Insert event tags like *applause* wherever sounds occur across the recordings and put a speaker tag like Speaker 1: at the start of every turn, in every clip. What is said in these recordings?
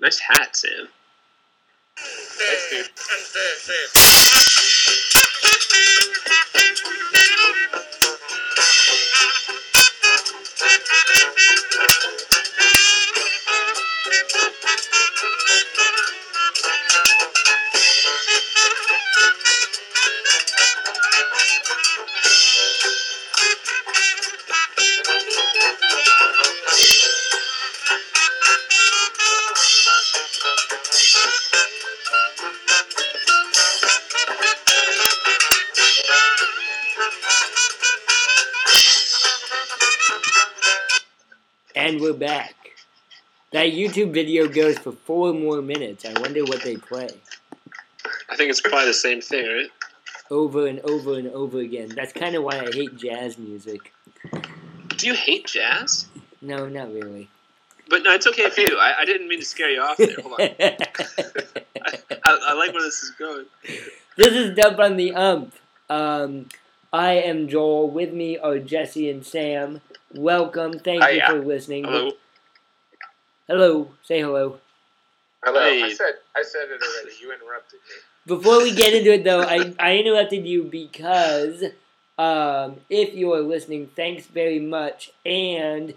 Speaker 1: Nice hat, Sam.
Speaker 2: Thanks, dude.
Speaker 3: And we're back. That YouTube video goes for four more minutes. I wonder what they play.
Speaker 1: I think it's probably the same thing, right?
Speaker 3: Over and over and over again. That's kind of why I hate jazz music.
Speaker 1: Do you hate jazz?
Speaker 3: No, not really.
Speaker 1: But no, it's okay if you do. I, I didn't mean to scare you off there. *laughs* Hold on. I, I like where this is going.
Speaker 3: *laughs* This is Dump on the Ump. Um, I am Joel. With me are Jesse and Sam. Welcome. Thank you
Speaker 1: Hiya.
Speaker 3: for listening.
Speaker 1: Hello.
Speaker 3: Hello. Say hello.
Speaker 2: Hello. I
Speaker 1: Hey.
Speaker 2: said I said it already. You interrupted me.
Speaker 3: Before we get into it, though, I, I interrupted you because um, if you are listening, thanks very much. And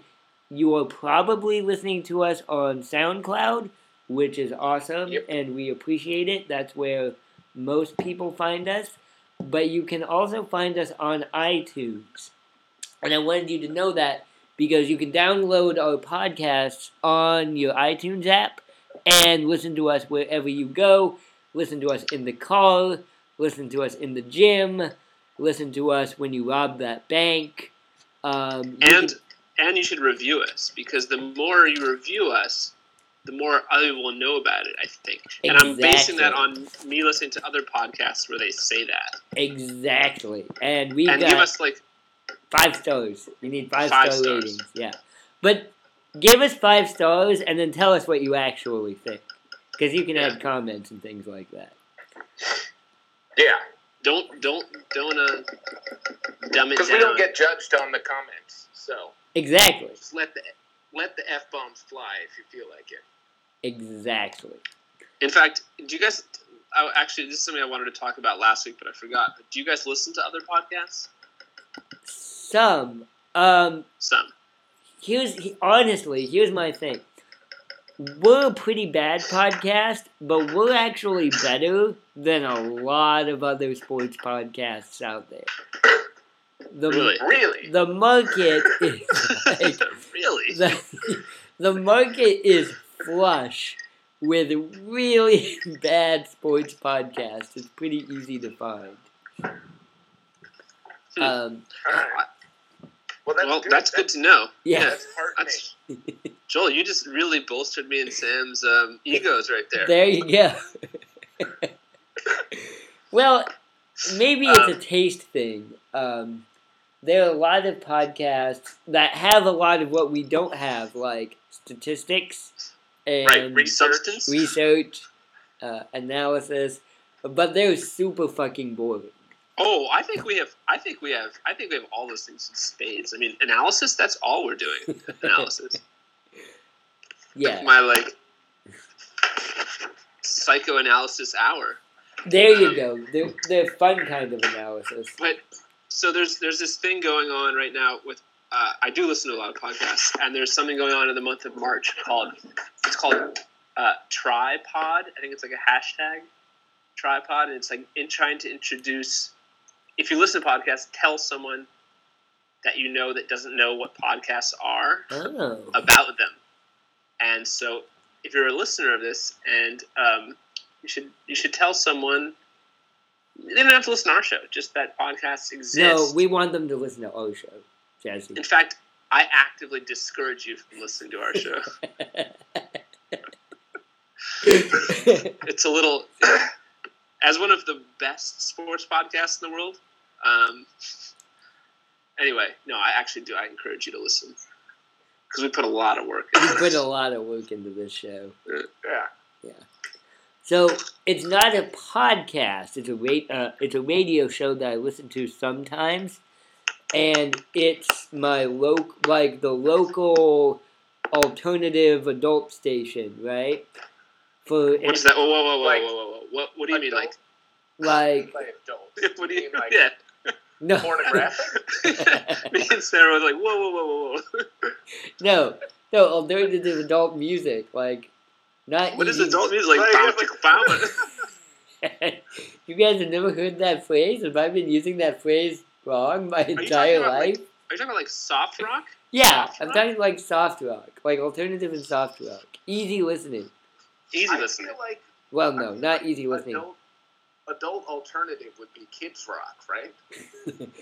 Speaker 3: you are probably listening to us on SoundCloud, which is awesome,
Speaker 2: Yep.
Speaker 3: and we appreciate it. That's where most people find us. But you can also find us on iTunes. And I wanted you to know that because you can download our podcasts on your iTunes app and listen to us wherever you go. Listen to us in the car. Listen to us in the gym. Listen to us when you rob that bank. Um, you
Speaker 1: And and you should review us because the more you review us, the more other will know about it. I think, and I'm basing that on me listening to other podcasts where they say that
Speaker 3: can- exactly. And we
Speaker 1: and
Speaker 3: got
Speaker 1: give us like
Speaker 3: five stars. You need five,
Speaker 1: Five
Speaker 3: star
Speaker 1: stars.
Speaker 3: ratings. Yeah, but give us five stars and then tell us what you actually think, because you can add comments and things like that.
Speaker 2: Yeah,
Speaker 1: don't don't don't uh, dumb it
Speaker 2: because
Speaker 1: down.
Speaker 2: we don't get judged on the comments, so
Speaker 3: Exactly.
Speaker 2: just let the let the f bombs fly if you feel like it.
Speaker 3: Exactly.
Speaker 1: In fact, do you guys? I, actually, this is something I wanted to talk about last week, but I forgot. But do you guys listen to other podcasts?
Speaker 3: Some. Um.
Speaker 1: Some.
Speaker 3: Here's he- honestly. Here's my thing. We're a pretty bad podcast, but we're actually better than a lot of other sports podcasts out there. The
Speaker 1: Really?
Speaker 2: Really?
Speaker 3: the market is like,
Speaker 1: *laughs* really?
Speaker 3: the, the market is flush with really *laughs* bad sports podcasts. It's pretty easy to find.
Speaker 1: Hmm.
Speaker 3: Um,
Speaker 2: All right. Well, that's
Speaker 1: well,
Speaker 2: good.
Speaker 1: that's good to know.
Speaker 3: yeah.
Speaker 2: That's heartening.
Speaker 1: That's,
Speaker 3: *laughs*
Speaker 1: Joel, you just really bolstered me and Sam's um, egos right there.
Speaker 3: There you go. *laughs* well, maybe it's a
Speaker 1: Um,
Speaker 3: taste thing. Um, there are a lot of podcasts that have a lot of what we don't have, like statistics and
Speaker 1: right, re- substance.
Speaker 3: research, uh, analysis, but they're super fucking boring.
Speaker 1: oh, I think we have. I think we have. I think we have all those things in spades. I mean, analysis. That's all we're
Speaker 3: *laughs*
Speaker 1: doing. Analysis.
Speaker 3: Yeah,
Speaker 1: My like psychoanalysis hour.
Speaker 3: there you go. They're, they're fun kind of analysis.
Speaker 1: But so there's there's this thing going on right now with uh, I do listen to a lot of podcasts, and there's something going on in the month of March called it's called uh, Tripod. I think it's like a hashtag Tripod, and it's like in trying to introduce. If you listen to podcasts, tell someone that you know that doesn't know what podcasts are
Speaker 3: Oh,
Speaker 1: about them. And so, if you're a listener of this, and um, you should you should tell someone. They don't have to listen to our show; just that podcasts
Speaker 3: no,
Speaker 1: exist.
Speaker 3: we want them to listen to our show, Jazzy. *laughs*
Speaker 1: In fact, I actively discourage you from listening to our
Speaker 3: *laughs*
Speaker 1: show. it's a little, as one of the best sports podcasts in the world. Um, anyway, no, I actually do. I encourage you to listen because we put a lot of work.
Speaker 3: we
Speaker 1: into
Speaker 3: put
Speaker 1: this.
Speaker 3: a lot of work into this show.
Speaker 2: Yeah.
Speaker 3: So it's not a podcast. It's a ra- uh, it's a radio show that I listen to sometimes, and it's my loc like the local alternative adult station, right? for
Speaker 1: What's that? Whoa, whoa, whoa, whoa,
Speaker 2: Like-
Speaker 1: whoa, whoa, whoa. What, what do you mean, like?
Speaker 3: like
Speaker 2: Play adult.
Speaker 1: *laughs* What do you mean,
Speaker 2: like
Speaker 1: yeah.
Speaker 3: no
Speaker 2: *laughs* pornographic?
Speaker 1: *laughs* Me and Sarah was like, whoa, whoa, whoa, whoa, whoa.
Speaker 3: *laughs* no no alternative is adult music like not
Speaker 1: What is
Speaker 3: easy-
Speaker 1: adult music? Like,
Speaker 2: Like,
Speaker 1: bow,
Speaker 2: it's like-
Speaker 1: chicka, *laughs* bow.
Speaker 3: *laughs* you guys have never heard that phrase have I been using that phrase wrong my
Speaker 1: talking
Speaker 3: entire
Speaker 1: about, like,
Speaker 3: life
Speaker 1: Are you talking about like soft rock?
Speaker 3: yeah
Speaker 1: soft
Speaker 3: I'm
Speaker 1: rock?
Speaker 3: talking like soft rock like alternative and soft rock easy listening
Speaker 1: Easy
Speaker 2: I
Speaker 1: listening.
Speaker 2: feel like
Speaker 3: well no
Speaker 2: I feel
Speaker 3: not
Speaker 2: like
Speaker 3: easy listening
Speaker 2: Adult, adult alternative would be kids rock, right?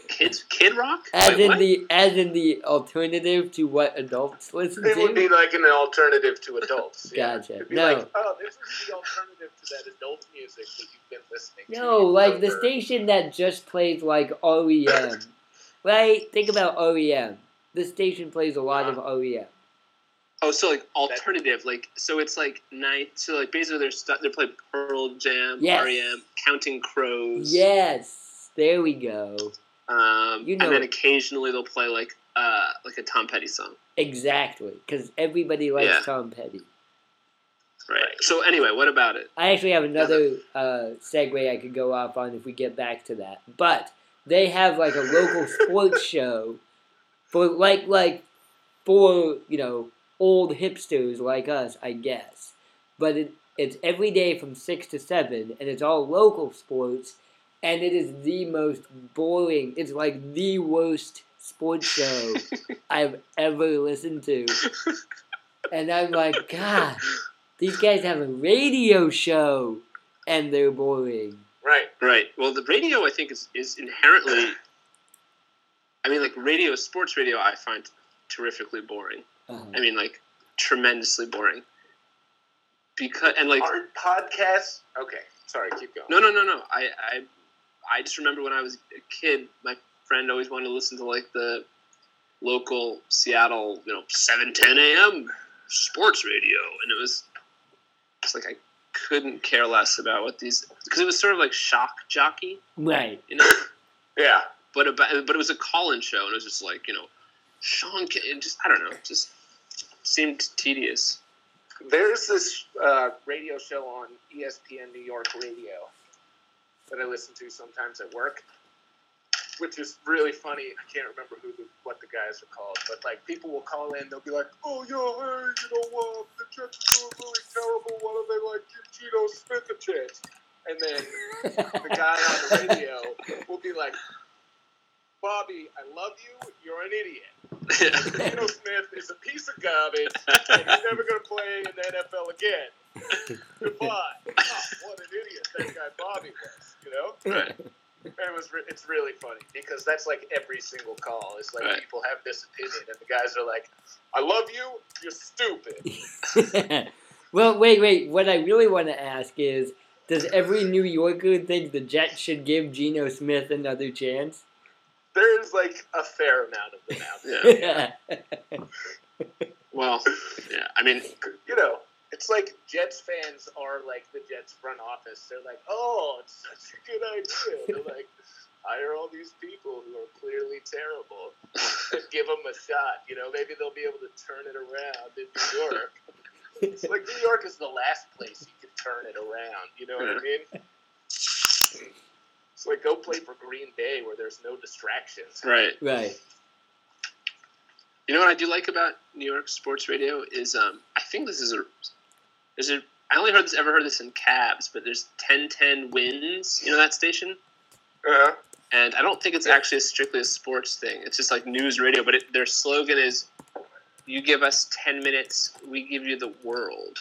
Speaker 1: Kids, kid rock?
Speaker 3: as
Speaker 1: Wait,
Speaker 3: in
Speaker 1: what?
Speaker 3: the as in the alternative to what adults listen
Speaker 2: It would
Speaker 3: to
Speaker 2: be like an alternative to adults. Yeah.
Speaker 3: gotcha
Speaker 2: It'd be
Speaker 3: no
Speaker 2: like, oh, this is the alternative to that adult music that you've been listening to.
Speaker 3: No, like the
Speaker 2: for-
Speaker 3: station that just plays like OEM. right? Think about OEM. The station plays a lot of E OEM.
Speaker 1: Oh, so like alternative, like so it's like night. So like basically they're stu- they're playing Pearl Jam,
Speaker 3: Yes.
Speaker 1: REM, Counting Crows.
Speaker 3: Yes, there we go.
Speaker 1: Um,
Speaker 3: You know
Speaker 1: and then
Speaker 3: it.
Speaker 1: occasionally they'll play like uh like a Tom Petty song.
Speaker 3: Exactly, because everybody likes
Speaker 1: Yeah.
Speaker 3: Tom Petty.
Speaker 1: Right.
Speaker 2: Right.
Speaker 1: So anyway, what about it?
Speaker 3: I actually have another uh, segue I could go off on if we get back to that. But they have like a local sports show for like like for you know old hipsters like us, I guess. But it, it's every day from six to seven, and it's all local sports, and it is the most boring. It's like the worst sports show I've ever listened to, and I'm like, God, these guys have a radio show, and they're boring.
Speaker 2: Right.
Speaker 1: Right. Well, the radio I think is is inherently. I mean, like radio, sports radio, I find terrifically boring.
Speaker 3: Uh-huh.
Speaker 1: I mean, like tremendously boring. Because and like
Speaker 2: Aren't podcasts. Okay. Sorry, keep going.
Speaker 1: No, no, no, no. I, I, I just remember when I was a kid, my friend always wanted to listen to like the local Seattle, you know, seven ten a.m. sports radio, and it was it's like I couldn't care less about what these because it was sort of like shock jockey,
Speaker 3: Right. *laughs*
Speaker 1: you know.
Speaker 2: Yeah.
Speaker 1: but about, but it was a call-in show, and it was just like you know, Sean, K- and just I don't know, it just seemed tedious. *laughs*
Speaker 2: There's this uh, radio show on E ESPN New York Radio that I listen to sometimes at work, which is really funny. I can't remember who the, what the guys are called, but like people will call in, they'll be like, "Oh, yo, hey, you know, uh, the Jets are doing really terrible. Why don't they like give Geno Smith a chance?" And then the guy on the radio will be like, "Bobby, I love you. You're an idiot." Geno Smith is a piece of garbage, and he's never going to play in the NFL again. *laughs* Goodbye. Oh, what an idiot that guy Bobby was, you know?
Speaker 1: right.
Speaker 2: And it was re- it's really funny because that's like every single call. It's like
Speaker 1: Right.
Speaker 2: people have this opinion, and the guys are like, I love you, you're stupid.
Speaker 3: well, wait, wait. What I really want to ask is, does every New Yorker think the Jets should give Geno Smith another chance? *laughs*
Speaker 2: There's like a fair amount of them out there.
Speaker 1: Yeah. Well, yeah. I mean,
Speaker 2: You know, it's like Jets fans are like the Jets front office. They're like, oh, it's such a good idea. *laughs* They're like, hire all these people who are clearly terrible *laughs* and give them a shot. You know, maybe they'll be able to turn it around in New York. It's like New York is the last place you can turn it around. You know what I mean? It's like go play for Green Bay where there's no distractions.
Speaker 1: right.
Speaker 3: right.
Speaker 1: You know what I do like about New York sports radio is um, I think this is a is a I only heard this ever heard this in cabs, but there's ten ten wins. You know that station,
Speaker 2: Uh-huh.
Speaker 1: and I don't think it's actually strictly a sports thing. It's just like news radio, but it, their slogan is, "You give us ten minutes, we give you the world."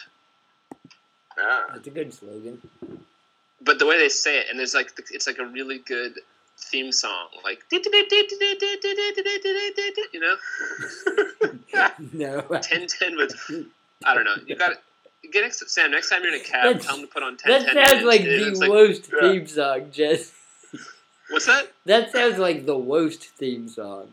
Speaker 2: Ah.
Speaker 3: That's a good slogan. *laughs*
Speaker 1: But the way they say it, and there's like it's like a really good theme song, like you know.
Speaker 3: No.
Speaker 1: ten ten with I don't know. You got get next Sam next time you're in a cab.
Speaker 3: That's-
Speaker 1: tell him to put on ten *laughs*
Speaker 3: That
Speaker 1: ten.
Speaker 3: sounds like
Speaker 1: minutes, dude.
Speaker 3: the
Speaker 1: It's like,
Speaker 3: worst
Speaker 2: yeah.
Speaker 3: theme song, Jess. *laughs*
Speaker 1: what's that?
Speaker 3: That sounds like the worst theme song.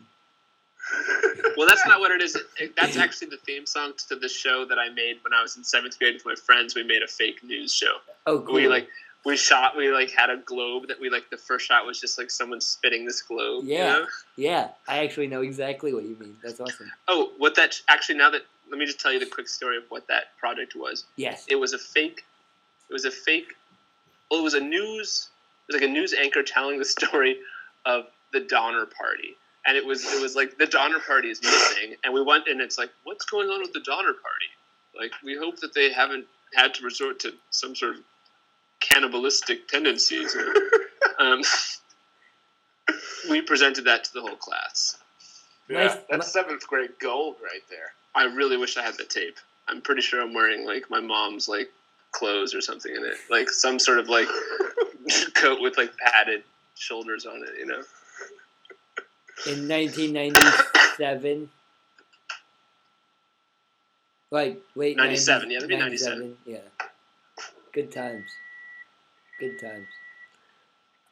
Speaker 1: Well, that's not what it
Speaker 3: *laughs*
Speaker 1: is. It- That's actually the theme song to the show that I made when I was in seventh grade with my friends. We made a fake news show.
Speaker 3: Oh, cool.
Speaker 1: We like we shot. We like had a globe that we like. The first shot was just like someone spitting this globe. you
Speaker 3: Yeah.
Speaker 1: know?
Speaker 3: yeah, I actually know exactly what you mean. That's awesome.
Speaker 1: Oh, what that actually now that let me just tell you the quick story of what that project was.
Speaker 3: Yes.
Speaker 1: It was a fake It was a fake. Well, it was a news. It was like a news anchor telling the *laughs* story of the Donner Party, and it was it was like the Donner Party is missing, and we went and it's like, what's going on with the Donner Party? Like, we hope that they haven't had to resort to some sort of cannibalistic tendencies. um, we presented that to the whole class.
Speaker 2: *laughs* Yeah,
Speaker 3: Nice-
Speaker 2: that's seventh grade gold right there.
Speaker 1: I really wish I had the tape. I'm pretty sure I'm wearing like my mom's like clothes or something in it, like some sort of like *laughs* coat with like padded shoulders on it. You know,
Speaker 3: in 1997. Like late
Speaker 1: 97,
Speaker 3: 90s,
Speaker 1: yeah, that'd be 97.
Speaker 3: Yeah, good times, good times.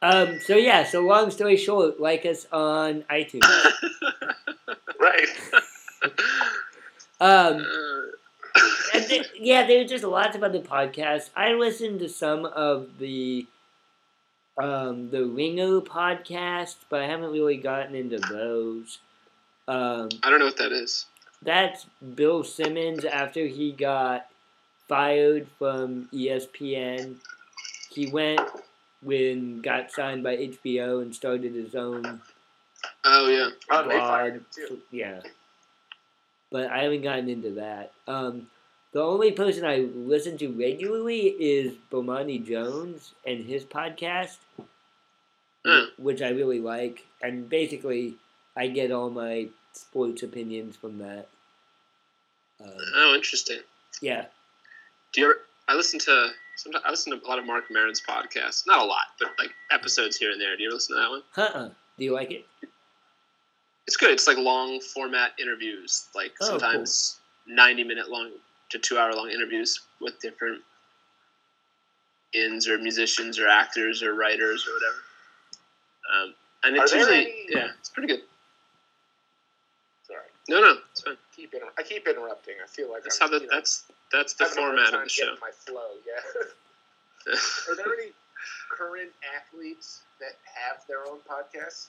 Speaker 3: Um. So yeah. So long story short, like us on iTunes.
Speaker 2: Right.
Speaker 3: Um.
Speaker 1: Uh,
Speaker 3: and th- yeah, there were just lots of other podcasts. I listened to some of the um, the Ringo podcast, but I haven't really gotten into those. Um,
Speaker 1: I don't know what that is.
Speaker 3: that's Bill Simmons after he got fired from E ESPN. He went when got signed by HBO and started his own
Speaker 1: Oh yeah,
Speaker 2: Oh, they fired
Speaker 3: blog.
Speaker 2: him too.
Speaker 3: Yeah. But I haven't gotten into that. Um, the only person I listen to regularly is Bomani Jones and his podcast,
Speaker 2: Hmm.
Speaker 1: Huh.
Speaker 3: which I really like. And basically, I get all my sports opinions from that. Um,
Speaker 1: oh interesting.
Speaker 3: yeah.
Speaker 1: Do you? Ever, I listen to sometimes I listen to a lot of Mark Maron's podcasts. Not a lot, but like episodes here and there. Do you ever listen to that one?
Speaker 3: Huh. Do you like it?
Speaker 1: It's good. It's like long format interviews, like
Speaker 3: Oh, cool.
Speaker 1: sometimes ninety minute long to two hour long interviews with different ins or musicians or actors or writers or whatever. Um, and it's
Speaker 2: Are there
Speaker 1: usually
Speaker 2: any-
Speaker 1: yeah, it's pretty good.
Speaker 2: Sorry.
Speaker 1: No, no, it's fine.
Speaker 2: Keep inter- I keep interrupting. I feel like
Speaker 1: That's
Speaker 2: I'm,
Speaker 1: how the
Speaker 2: you know,
Speaker 1: that's that's the
Speaker 2: having a hard
Speaker 1: format
Speaker 2: time
Speaker 1: of the show.
Speaker 2: getting My flow. Yeah. *laughs* Are there any current athletes that have their own podcasts,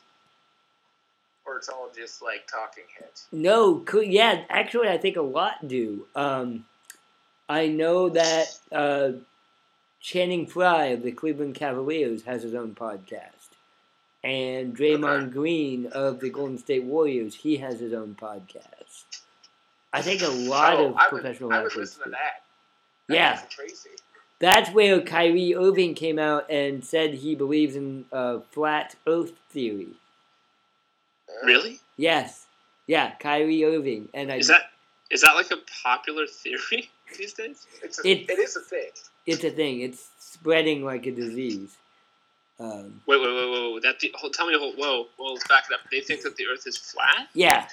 Speaker 2: or it's all just like talking heads?
Speaker 3: No, cool. yeah, actually, I think a lot do. Um, I know that uh, Channing Frye of the Cleveland Cavaliers has his own podcast, and Draymond Green of the Golden State Warriors he has his own podcast. I think a lot
Speaker 2: Oh,
Speaker 3: of
Speaker 2: I would,
Speaker 3: professional
Speaker 2: I would
Speaker 3: athletes.
Speaker 2: listen to
Speaker 3: do.
Speaker 2: that.
Speaker 3: Yeah.
Speaker 2: That's crazy.
Speaker 3: That's where Kyrie Irving came out and said he believes in uh, flat Earth theory.
Speaker 2: Uh,
Speaker 1: *laughs* really?
Speaker 3: Yes, yeah, Kyrie Irving, and I
Speaker 1: Is that is that like a popular theory *laughs* these days?
Speaker 2: It's a,
Speaker 3: It-
Speaker 2: it is a thing.
Speaker 3: it's a thing. It's spreading like a disease. Um,
Speaker 1: Wait, wait, wait, wait, wait. That the, hold, tell me, hold, whoa, whoa, let's back it up. They think that the Earth is flat.
Speaker 3: yeah,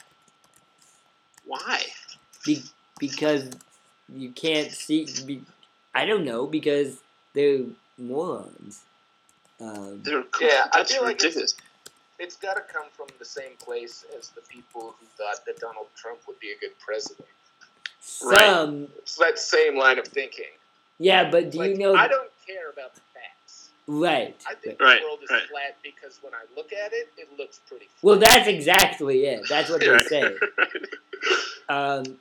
Speaker 1: Why?
Speaker 3: be, because you can't see. Be, I don't know because they're morons. Um,
Speaker 1: They're cool.
Speaker 2: Yeah,
Speaker 1: *laughs*
Speaker 2: I
Speaker 1: that's
Speaker 2: feel like it's-
Speaker 1: ridiculous.
Speaker 2: It's got to come from the same place as the people who thought that Donald Trump would be a good president.
Speaker 1: right.
Speaker 3: some,
Speaker 2: It's that same line of thinking.
Speaker 3: yeah, but do
Speaker 2: Like,
Speaker 3: you know?
Speaker 2: I don't care about the facts.
Speaker 3: right.
Speaker 2: I think
Speaker 1: Right,
Speaker 2: the world is
Speaker 1: right.
Speaker 2: flat because when I look at it, it looks pretty. Flat.
Speaker 3: Well, that's exactly it. That's what they
Speaker 1: Right.
Speaker 3: say.
Speaker 1: *laughs*
Speaker 3: Um,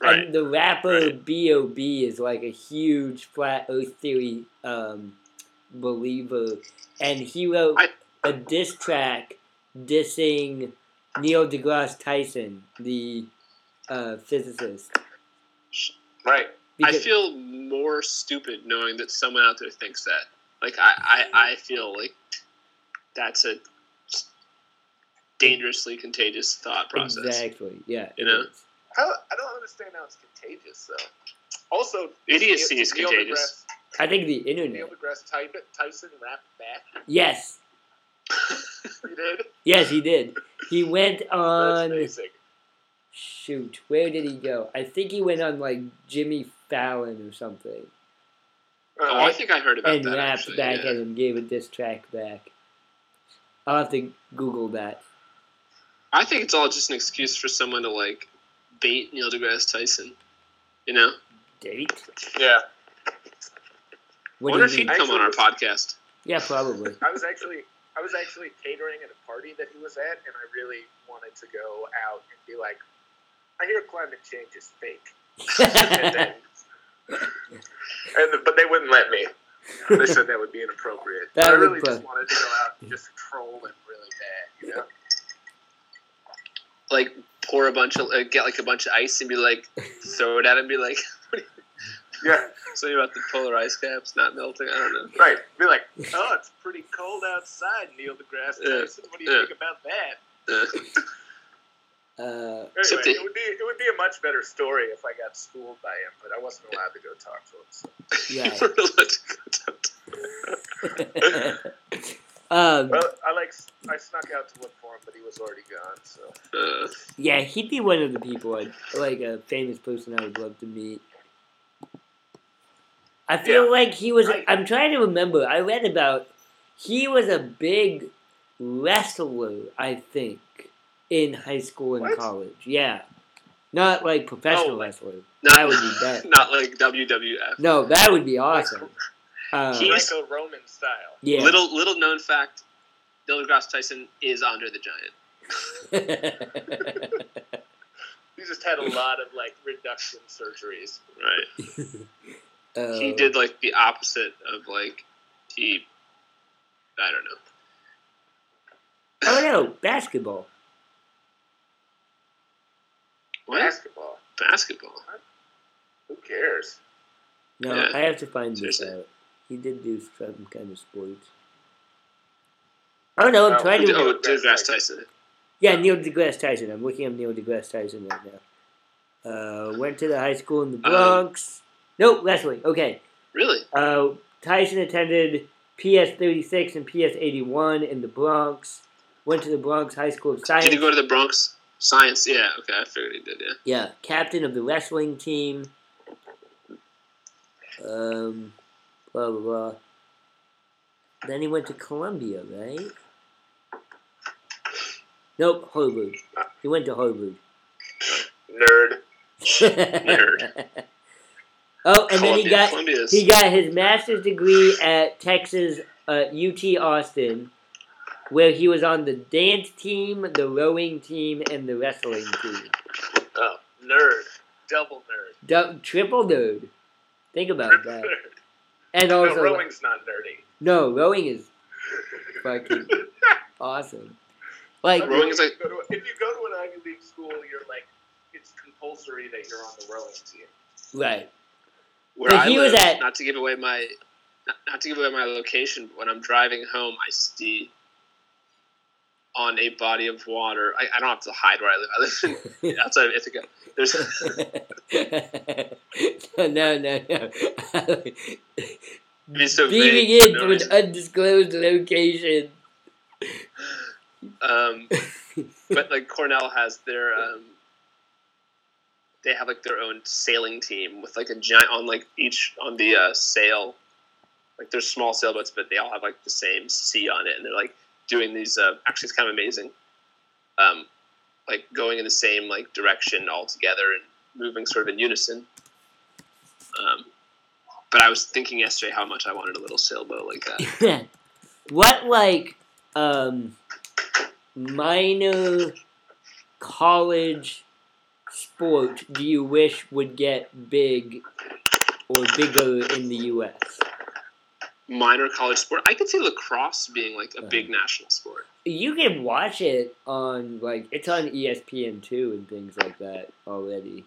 Speaker 1: Right.
Speaker 3: And the rapper B.O.B. is like a huge flat earth theory um, believer. And he wrote
Speaker 1: I-
Speaker 3: a diss track dissing Neil deGrasse Tyson, the uh, physicist.
Speaker 2: right.
Speaker 1: I feel more stupid knowing that someone out there thinks that. Like, I, I, I feel like that's a dangerously contagious thought process.
Speaker 3: Exactly, yeah.
Speaker 1: You
Speaker 3: it
Speaker 1: know?
Speaker 3: is.
Speaker 2: How, I don't understand how it's contagious though. Also,
Speaker 1: Idiocy is
Speaker 2: Neil
Speaker 1: contagious.
Speaker 3: I think the
Speaker 2: deGrasse, Neil
Speaker 3: internet.
Speaker 2: deGrasse Ty- Tyson rapped back.
Speaker 1: *laughs*
Speaker 3: Yes,
Speaker 2: He did.
Speaker 3: yes, he did. He went
Speaker 2: That's
Speaker 3: on.
Speaker 2: amazing.
Speaker 3: shoot, where did he go? I think he went on like Jimmy Fallon or something
Speaker 1: Oh, I think I heard about
Speaker 3: and
Speaker 1: that.
Speaker 3: rapped
Speaker 1: actually,
Speaker 3: back
Speaker 1: yeah.
Speaker 3: at him, gave a diss track back. I'll have to Google that.
Speaker 1: I think it's all just an excuse for someone to, like, bait Neil deGrasse Tyson. You know?
Speaker 3: Date?
Speaker 2: yeah.
Speaker 3: What
Speaker 1: wonder if
Speaker 3: do you
Speaker 1: he'd
Speaker 3: mean?
Speaker 1: come on our podcast.
Speaker 3: Yeah,
Speaker 1: *laughs*
Speaker 3: probably. *laughs*
Speaker 2: I was actually I was actually catering at a party that he was at, and I really wanted to go out and be like, I hear climate change is fake. And then *laughs* And, but they wouldn't let me. They said that would be inappropriate.
Speaker 3: That
Speaker 2: I
Speaker 3: would
Speaker 2: really
Speaker 3: be-
Speaker 2: just wanted to go out and just troll them really bad, you know?
Speaker 1: like pour a bunch of uh, get like a bunch of ice and be like throw it at him and be like *laughs*
Speaker 2: Yeah,
Speaker 1: something about the polar ice caps not melting. I don't know.
Speaker 2: right. Be like, oh, it's pretty cold outside, Neil deGrasse
Speaker 1: Yeah,
Speaker 2: Tyson. What do you
Speaker 1: yeah.
Speaker 2: think about that?
Speaker 3: *laughs*
Speaker 1: Uh, *laughs*
Speaker 3: Uh,
Speaker 2: Anyway,
Speaker 1: Except it-
Speaker 2: it would be it would be a much better story if I got schooled by him, but I wasn't allowed to go talk to him. So.
Speaker 1: you weren't
Speaker 3: yeah.
Speaker 1: allowed to go down to- *laughs*
Speaker 3: *laughs* um,
Speaker 2: Well, I like I snuck out to look for him, but he was already gone. So
Speaker 1: uh,
Speaker 3: yeah, he'd be one of the people, I'd, like a famous person I would love to meet. I feel
Speaker 2: Yeah.
Speaker 3: like he was.
Speaker 2: I-
Speaker 3: I'm trying to remember. I read about. He was a big wrestler, I think, in high school and
Speaker 2: What?
Speaker 3: college. Yeah, not like professional
Speaker 1: Oh,
Speaker 3: wrestler.
Speaker 1: *laughs* not,
Speaker 3: That would be bad.
Speaker 1: *laughs* not like WWF.
Speaker 3: No, that would be awesome. Um,
Speaker 1: He's-
Speaker 2: Greco-Roman style.
Speaker 3: yeah.
Speaker 1: Little *laughs* little known fact: Neil deGrasse Tyson is Andre the Giant.
Speaker 2: He just had a lot of like reduction surgeries.
Speaker 1: Right.
Speaker 3: *laughs* Uh,
Speaker 1: he did like the opposite of like he. I don't know.
Speaker 3: Oh no, basketball.
Speaker 1: What
Speaker 2: Basketball.
Speaker 1: basketball?
Speaker 2: Who cares?
Speaker 3: No,
Speaker 1: Yeah.
Speaker 3: I have to find this
Speaker 1: Seriously.
Speaker 3: out. He did do some kind of sports. Oh no, I'm
Speaker 2: Oh,
Speaker 3: trying to.
Speaker 2: Neil
Speaker 1: Oh,
Speaker 2: deGrasse
Speaker 1: deGrasse Tyson.
Speaker 3: Yeah, Neil deGrasse Tyson. I'm looking up Neil deGrasse Tyson right now. Uh, went to the high school in the
Speaker 1: Um,
Speaker 3: Bronx. no, wrestling. Okay.
Speaker 1: Really?
Speaker 3: Uh, Tyson attended PS 36 and PS 81 in the Bronx. Went to the Bronx High School of Science.
Speaker 1: Did he go to the Bronx? Science. Yeah. Okay, I figured he did. Yeah.
Speaker 3: Yeah, captain of the wrestling team. Um, blah blah blah. Then he went to Columbia, right? Nope, Harvard. He went to Harvard.
Speaker 2: Nerd.
Speaker 3: *laughs* oh, and then he
Speaker 1: Columbia-
Speaker 3: got
Speaker 1: Columbia is-
Speaker 3: he got his master's degree at Texas uh, UT Austin, where he was on the dance team, the rowing team, and the wrestling team.
Speaker 2: Oh, nerd. Double nerd.
Speaker 3: Dou- triple nerd.
Speaker 2: *laughs*
Speaker 3: Think about
Speaker 2: Triple
Speaker 3: that.
Speaker 2: nerd.
Speaker 3: And
Speaker 2: No,
Speaker 3: also,
Speaker 2: rowing's not nerdy.
Speaker 3: no, rowing is fucking awesome. Like,
Speaker 2: I mean,
Speaker 1: Rowing's
Speaker 2: if you go to- if you go to an Ivy League school, you're like it's compulsory that you're on the rowing team.
Speaker 3: right. *laughs*
Speaker 1: where
Speaker 3: But
Speaker 1: I
Speaker 3: he was
Speaker 1: live,
Speaker 3: at-
Speaker 1: not to give away my not, not to give away my location, but when I'm driving home, I see on a body of water. I, I don't have to hide where I live. I live in, *laughs* outside of Ithaca. There's
Speaker 3: no, no, no. *laughs*
Speaker 1: Be so
Speaker 3: Beaming
Speaker 1: vague for
Speaker 3: in
Speaker 1: no
Speaker 3: to an
Speaker 1: reason.
Speaker 3: undisclosed location.
Speaker 1: um, but like Cornell has their um, they have like their own sailing team with like a giant on like each on the uh, sail. Like there's small sailboats, but they all have like the same sea on it, and they're like doing these. Uh, actually, it's kind of amazing. Um, like going in the same like direction all together and moving sort of in unison. Um, but I was thinking yesterday how much I wanted a little sailboat like uh, that.
Speaker 3: *laughs* what like um minor college sport do you wish would get big or bigger in the US?
Speaker 1: Minor college sport. I could see lacrosse being like a big national sport.
Speaker 3: You can watch it on like it's on E ESPN two and things like that already.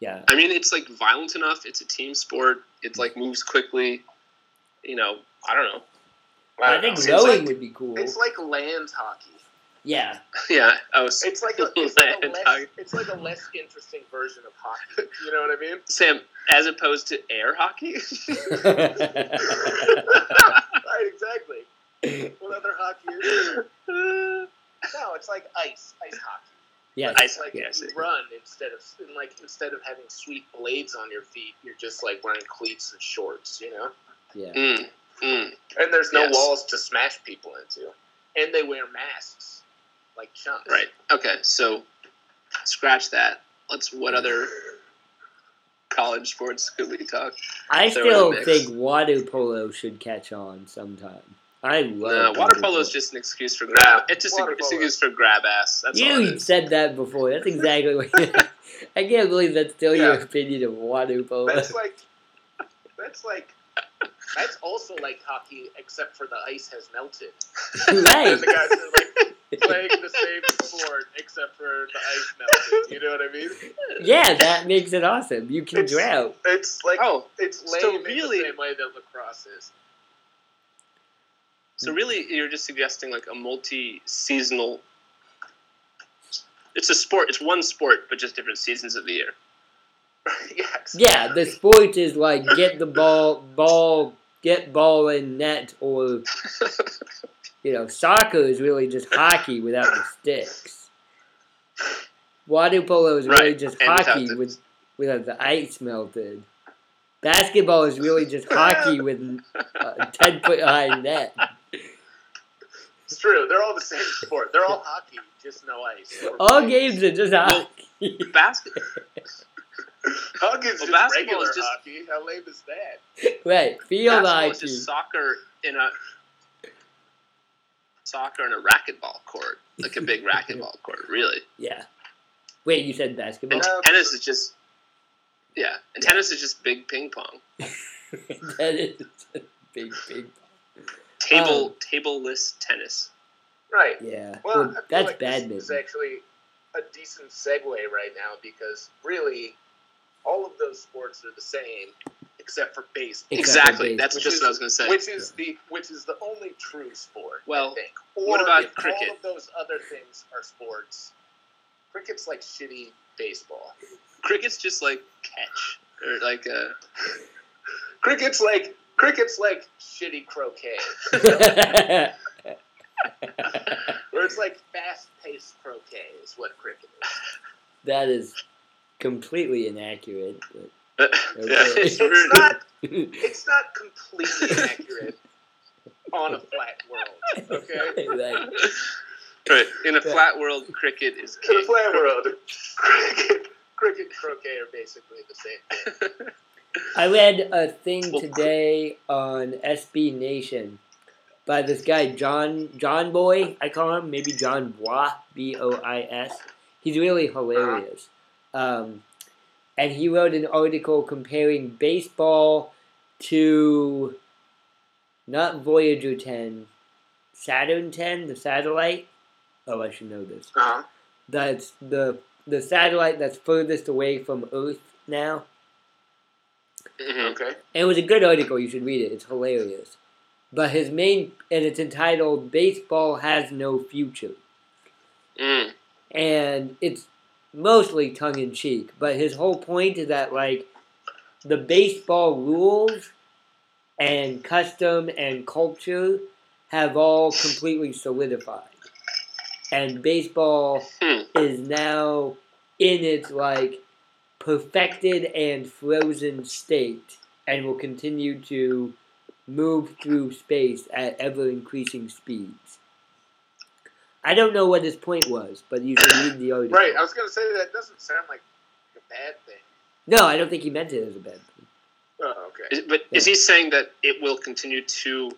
Speaker 3: Yeah.
Speaker 1: I mean, it's like violent enough. It's a team sport. It like moves quickly. You know, I don't know. *laughs*
Speaker 3: I,
Speaker 2: don't
Speaker 3: think
Speaker 2: know.
Speaker 3: rowing
Speaker 2: it's like,
Speaker 3: would be cool.
Speaker 2: it's like land hockey. *laughs*
Speaker 3: yeah. *laughs*
Speaker 1: Yeah. I was
Speaker 2: It's *laughs* like a, it's like a
Speaker 1: Land
Speaker 2: less
Speaker 1: hockey.
Speaker 2: it's like a less interesting version of hockey. You know what I *laughs* mean?
Speaker 1: Sam, as opposed to air hockey. *laughs*
Speaker 2: Right, exactly. What other hockey is there? *laughs* No, it's like ice, ice hockey.
Speaker 3: yeah.
Speaker 1: Ice
Speaker 2: It's like
Speaker 1: hockey. I see.
Speaker 2: you run instead of and like instead of having sweet blades on your feet, you're just like wearing cleats and shorts, you know.
Speaker 3: Yeah.
Speaker 1: Mm, mm.
Speaker 2: And there's no
Speaker 1: Yes.
Speaker 2: walls to smash people into, and they wear masks like chunks.
Speaker 1: Right. Okay. So, scratch that. Let's. What other college sports could we talk?
Speaker 3: I
Speaker 1: They're
Speaker 3: still
Speaker 1: in the mix.
Speaker 3: think water polo should catch on sometime. I
Speaker 1: No,
Speaker 3: love
Speaker 1: water polo is just an excuse for grab. it's just a,
Speaker 2: water
Speaker 1: it's an
Speaker 2: polo.
Speaker 1: excuse for grab ass. That's all. It
Speaker 3: You
Speaker 1: is.
Speaker 3: said that before.
Speaker 1: *laughs*
Speaker 3: That's *laughs* *laughs* exactly what. I can't believe that's still your opinion of water polo.
Speaker 2: That's like That's like that's also like hockey, except for the ice has melted.
Speaker 3: Right.
Speaker 2: And the guys are
Speaker 1: *laughs*
Speaker 2: like playing the same sport, except for the ice melted. You know what I mean?
Speaker 3: yeah, that makes it awesome. You can
Speaker 2: It's-
Speaker 3: drown.
Speaker 2: It's like
Speaker 1: oh,
Speaker 2: it's lame
Speaker 1: so
Speaker 2: in
Speaker 1: really-
Speaker 2: the same way that lacrosse is. *laughs*
Speaker 1: so really, you're just suggesting like a multi-seasonal. It's a sport. It's one sport, but just different seasons of the year.
Speaker 2: yes.
Speaker 3: Yeah, the sport is like get the ball, ball, get ball in net, or you know, soccer is really just hockey without the sticks. Water polo is really
Speaker 1: Right,
Speaker 3: just
Speaker 1: and without
Speaker 3: hockey
Speaker 1: the-
Speaker 3: with without the ice melted. Basketball is really just hockey with uh, ten foot high net.
Speaker 2: It's true. They're all the same sport. They're all hockey, just no ice.
Speaker 3: *laughs* All games are just hockey.
Speaker 1: *laughs* Basket.
Speaker 2: Hockey's
Speaker 1: Well,
Speaker 2: just
Speaker 1: basketball
Speaker 2: regular
Speaker 1: is just-
Speaker 2: hockey. How lame is that?
Speaker 3: right, field
Speaker 1: basketball
Speaker 3: hockey.
Speaker 1: is just soccer in a soccer in a racquetball court, like a *laughs* big racquetball court, really.
Speaker 3: Yeah. Wait, you said basketball?
Speaker 1: And
Speaker 2: Uh,
Speaker 1: tennis is just yeah, and tennis is just big ping pong,
Speaker 3: *laughs* that is big, big.
Speaker 1: table tableless tennis.
Speaker 2: Right.
Speaker 3: Yeah.
Speaker 2: Well,
Speaker 3: Well,
Speaker 2: I feel
Speaker 3: that's
Speaker 2: like
Speaker 3: bad
Speaker 2: This is
Speaker 3: badminton.
Speaker 2: actually a decent segue right now because really, all of those sports are the same except for baseball,
Speaker 3: Except
Speaker 1: Exactly,
Speaker 3: for
Speaker 1: that's
Speaker 2: baseball.
Speaker 1: just what I was gonna say.
Speaker 2: which is the which is the only true sport. I
Speaker 1: Well,
Speaker 2: think. Or
Speaker 1: what about
Speaker 2: if
Speaker 1: cricket?
Speaker 2: All of those other things are sports. Cricket's like shitty baseball.
Speaker 1: cricket's just like catch or like uh,
Speaker 2: Cricket's like cricket's like shitty croquet,
Speaker 3: *laughs*
Speaker 2: or it's like fast-paced croquet is what cricket is.
Speaker 3: that is completely inaccurate. but-
Speaker 1: *laughs* it's weird.
Speaker 2: It's *laughs* not it's not completely accurate on a flat world. *laughs* Okay.
Speaker 3: *laughs* Like, *laughs*
Speaker 1: Right, in a flat world, cricket is
Speaker 2: *laughs* In a
Speaker 1: king.
Speaker 2: flat world, cricket, cricket, and croquet are basically the same.
Speaker 3: I read a thing
Speaker 1: Well,
Speaker 3: today on SB Nation by this guy John John Boy. I call him maybe John Bois B O I S. He's really hilarious, um, and he wrote an article comparing baseball to not Voyager ten, Saturn ten, the satellite. Oh, I should know this.
Speaker 2: Uh-huh.
Speaker 3: That's the the satellite that's furthest away from Earth now.
Speaker 1: Mhm.
Speaker 2: Okay.
Speaker 3: It was a good article. You should read it. It's hilarious. But his main, and it's entitled Baseball Has No Future.
Speaker 1: Mm.
Speaker 3: And it's mostly tongue in cheek. But his whole point is that, like, the baseball rules and custom and culture have all completely solidified. And baseball
Speaker 1: Hmm.
Speaker 3: is now in its like perfected and frozen state and will continue to move through space at ever increasing speeds. I don't know what his point was, but you should read the article.
Speaker 2: Right. I was gonna say that doesn't sound like a bad thing.
Speaker 3: No, I don't think he meant it as a bad thing.
Speaker 2: Oh, okay.
Speaker 1: Is, but is he saying that it will continue to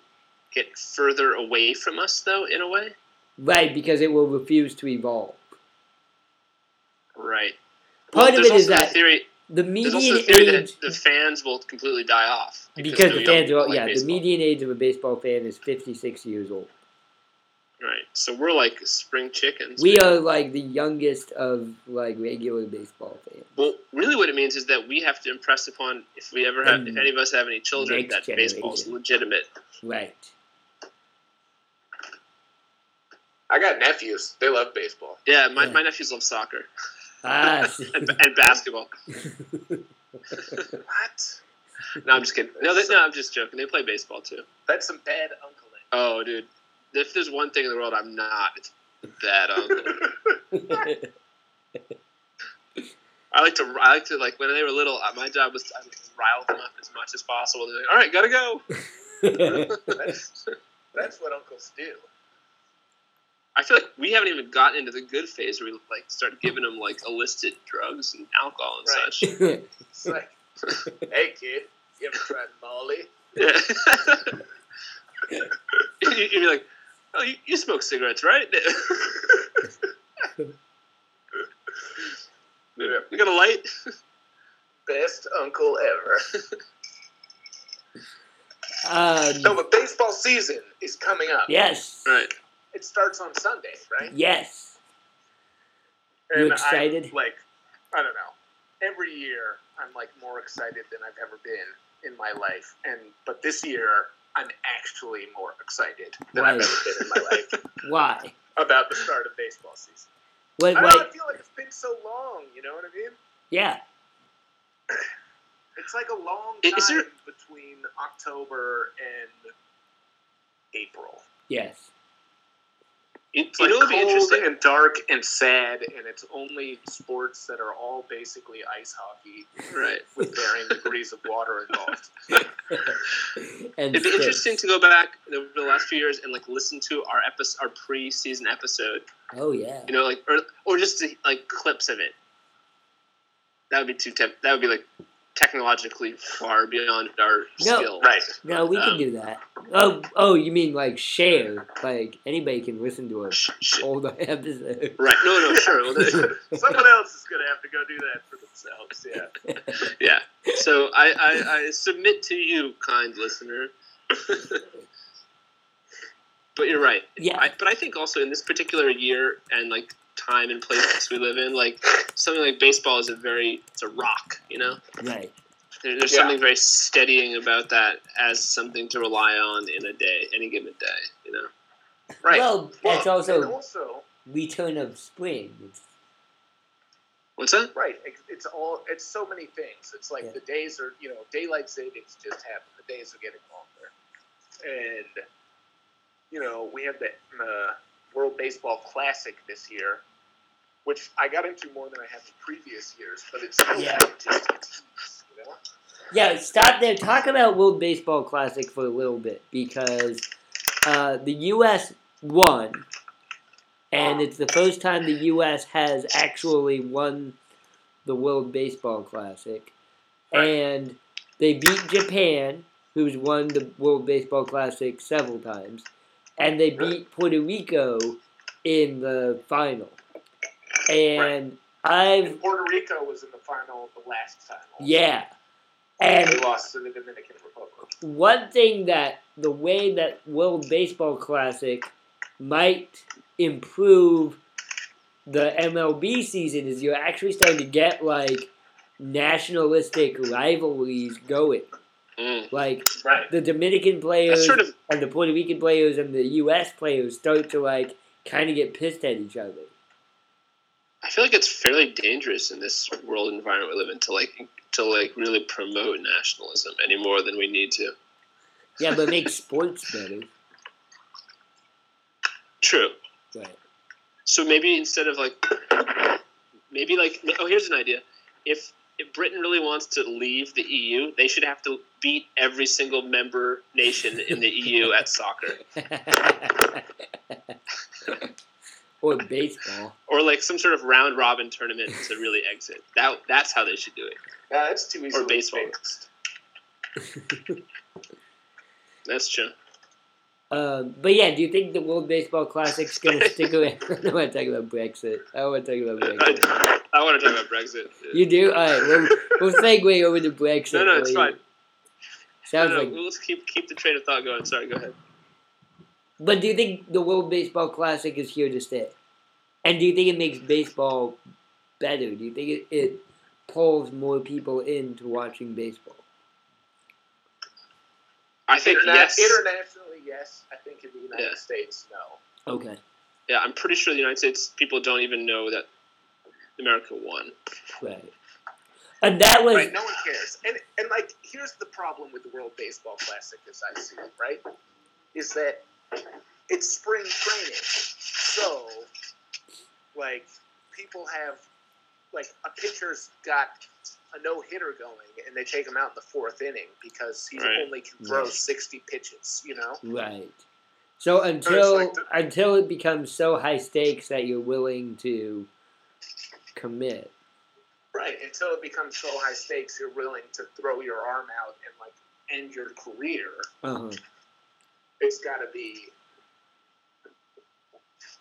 Speaker 1: get further away from us, though, in a way?
Speaker 3: Right, because it will refuse to evolve.
Speaker 1: Right.
Speaker 3: Part of
Speaker 1: there's
Speaker 3: it is
Speaker 1: also the
Speaker 3: that
Speaker 1: theory.
Speaker 3: the
Speaker 1: There's also
Speaker 3: median
Speaker 1: the theory
Speaker 3: age
Speaker 1: that the fans will completely die off
Speaker 3: because
Speaker 1: no
Speaker 3: the fans
Speaker 1: young
Speaker 3: are
Speaker 1: people like
Speaker 3: yeah, the
Speaker 1: baseball.
Speaker 3: median age of a baseball fan is fifty six years old.
Speaker 1: Right. So we're like spring chickens.
Speaker 3: We are like the youngest of like regular baseball fans.
Speaker 1: Well, really, what it means is that we have to impress upon if we ever have, if
Speaker 3: Mm.
Speaker 1: any of us have any children, that
Speaker 3: Next
Speaker 1: baseball is
Speaker 3: generation.
Speaker 1: legitimate.
Speaker 3: Right.
Speaker 2: I got nephews. They love baseball.
Speaker 1: Yeah, my,
Speaker 3: Yeah.
Speaker 1: my nephews love soccer *laughs*
Speaker 3: Ah, *laughs* see.
Speaker 1: and, and basketball.
Speaker 2: What?
Speaker 1: No, I'm just kidding. No, they, no, I'm just joking. They play baseball too.
Speaker 2: That's some bad uncling.
Speaker 1: Oh, dude, if there's one thing in the world I'm not, it's that. *laughs* Um, I like to, I like to like when they were little. uh, My job was to I would rile them up as much as possible. They're like, all right, gotta *laughs* go.
Speaker 2: That's, that's what uncles do.
Speaker 1: I feel like we haven't even gotten into the good phase where we like start giving them like illicit drugs and alcohol and
Speaker 2: Right.
Speaker 1: such. *laughs*
Speaker 2: It's like, hey kid, you ever tried Molly?
Speaker 1: Yeah. you, you'd be like, oh, you, you smoke cigarettes, right? *laughs* you got a light?
Speaker 2: *laughs* Best uncle ever. No,
Speaker 3: Um,
Speaker 2: but baseball season is coming up.
Speaker 3: yes.
Speaker 1: uh, Right.
Speaker 2: It starts on Sunday, right?
Speaker 3: Yes. You excited?
Speaker 2: I, like, I don't know. Every year, I'm like more excited than I've ever been in my life, and but this year, I'm actually more excited than I've
Speaker 3: Right.
Speaker 2: ever been in my life *laughs*
Speaker 3: Why?
Speaker 2: about the start of baseball season.
Speaker 3: What?
Speaker 2: I don't know,
Speaker 3: What?
Speaker 2: I feel like it's been so long. You know what I mean?
Speaker 3: Yeah.
Speaker 2: It's like a long
Speaker 1: I-
Speaker 2: time
Speaker 1: is there-
Speaker 2: between October and April.
Speaker 3: Yes.
Speaker 1: You,
Speaker 2: It's
Speaker 1: you
Speaker 2: like
Speaker 1: know what would be
Speaker 2: cold
Speaker 1: interesting?
Speaker 2: and dark and sad, and it's only sports that are all basically ice hockey
Speaker 1: Right. *laughs*
Speaker 2: with varying degrees of water involved.
Speaker 3: And
Speaker 1: It'd be
Speaker 3: six.
Speaker 1: interesting to go back over the last few years and like listen to our episode, our pre-season episode.
Speaker 3: Oh yeah.
Speaker 1: You know, like or or just to, like clips of it. That would be too. Te- that would be like technologically far beyond our
Speaker 3: No.
Speaker 1: skill.
Speaker 2: Right.
Speaker 3: No, we can
Speaker 1: Um,
Speaker 3: do that. Oh, oh, you mean like share? Like anybody can listen to a
Speaker 1: Sh- sh-
Speaker 3: old *laughs* episode.
Speaker 1: Right. No. No. Sure.
Speaker 2: *laughs*
Speaker 1: Well, that-
Speaker 2: Someone else is going to have to go do that for themselves. Yeah.
Speaker 1: yeah. *laughs* So I, I, I submit to you, kind listener. *laughs* but you're right.
Speaker 3: Yeah.
Speaker 1: I, but I think also in this particular year and like time and place we live in, like something like baseball is a very it's a rock. You know,
Speaker 3: Right.
Speaker 1: there, there's
Speaker 2: Yeah.
Speaker 1: something very steadying about that as something to rely on in a day, any given day. You know.
Speaker 2: Right.
Speaker 3: Well, that's
Speaker 2: Well, and
Speaker 3: also
Speaker 2: also
Speaker 3: return of spring. It's-
Speaker 1: What's that?
Speaker 2: right. it- It's all. It's so many things. It's like
Speaker 3: Yeah.
Speaker 2: the days are. You know, daylight savings just happened. The days are getting longer, and you know we have the uh, World Baseball Classic this year, which I got into more than I have in previous years. But it's still
Speaker 3: Yeah.
Speaker 2: just, you know?
Speaker 3: Yeah, stop there. Talk about World Baseball Classic for a little bit because uh, the U.S. won, and it's the first time the U.S. has actually won the World Baseball Classic,
Speaker 2: Right.
Speaker 3: and they beat Japan, who's won the World Baseball Classic several times, and they beat Puerto Rico in the final. And I've
Speaker 2: And Puerto Rico was in the final, the last final.
Speaker 3: yeah, and
Speaker 2: They lost to the Dominican Republic.
Speaker 3: one thing that the way that World Baseball Classic might improve the MLB season is you're actually starting to get like nationalistic rivalries going.
Speaker 1: Mm.
Speaker 3: Like
Speaker 2: Right.
Speaker 3: the Dominican
Speaker 1: That's
Speaker 3: players
Speaker 1: sort of
Speaker 3: and the Puerto Rican players and the US players start to like kind of get pissed at each other.
Speaker 1: I feel like it's fairly dangerous in this world environment we live in to like to like really promote nationalism any more than we need to.
Speaker 3: Yeah, but make sports better.
Speaker 1: True.
Speaker 3: Right.
Speaker 1: So maybe instead of like, maybe like oh here's an idea. If if Britain really wants to leave the EU, they should have to beat every single member nation in the EU at soccer,
Speaker 3: *laughs* or baseball.
Speaker 1: or like some sort of round robin tournament to really exit. That that's how they should do it.
Speaker 2: Yeah, that's Uh, too easy.
Speaker 1: baseball. That's true.
Speaker 3: Um, but yeah, do you think the World Baseball Classic's gonna stick around? *laughs* I don't want to talk about Brexit. I don't want to talk about Brexit.
Speaker 1: I, I want to talk about Brexit.
Speaker 3: You do? All right, we'll, we'll segue over to Brexit.
Speaker 1: No, no, it's
Speaker 3: while you-
Speaker 1: fine. No,
Speaker 3: Sounds
Speaker 1: no,
Speaker 3: like.
Speaker 1: let's keep keep the train of thought going. Sorry, go ahead.
Speaker 3: But do you think the World Baseball Classic is here to stay? And do you think it makes baseball better? Do you think it, it pulls more people into watching baseball?
Speaker 1: I think
Speaker 2: Interna-
Speaker 1: yes.
Speaker 2: Internationally, yes. I think in the United
Speaker 1: Yeah.
Speaker 2: States, no.
Speaker 3: Okay.
Speaker 1: Yeah, I'm pretty sure the United States people don't even know that America won.
Speaker 3: Right. And that was
Speaker 2: Right? No one cares. And and like, here's the problem with the World Baseball Classic, as I see it. Right? Is that it's spring training, so like people have like a pitcher's got a no hitter going, and they take him out in the fourth inning because he
Speaker 1: Right.
Speaker 2: only can throw
Speaker 3: Right.
Speaker 2: sixty pitches. You know.
Speaker 3: Right. So until
Speaker 2: like the-
Speaker 3: until it becomes so high stakes that you're willing to commit.
Speaker 2: Right, until it becomes so high stakes, you're willing to throw your arm out and like end your career.
Speaker 3: Uh-huh.
Speaker 2: It's got to be,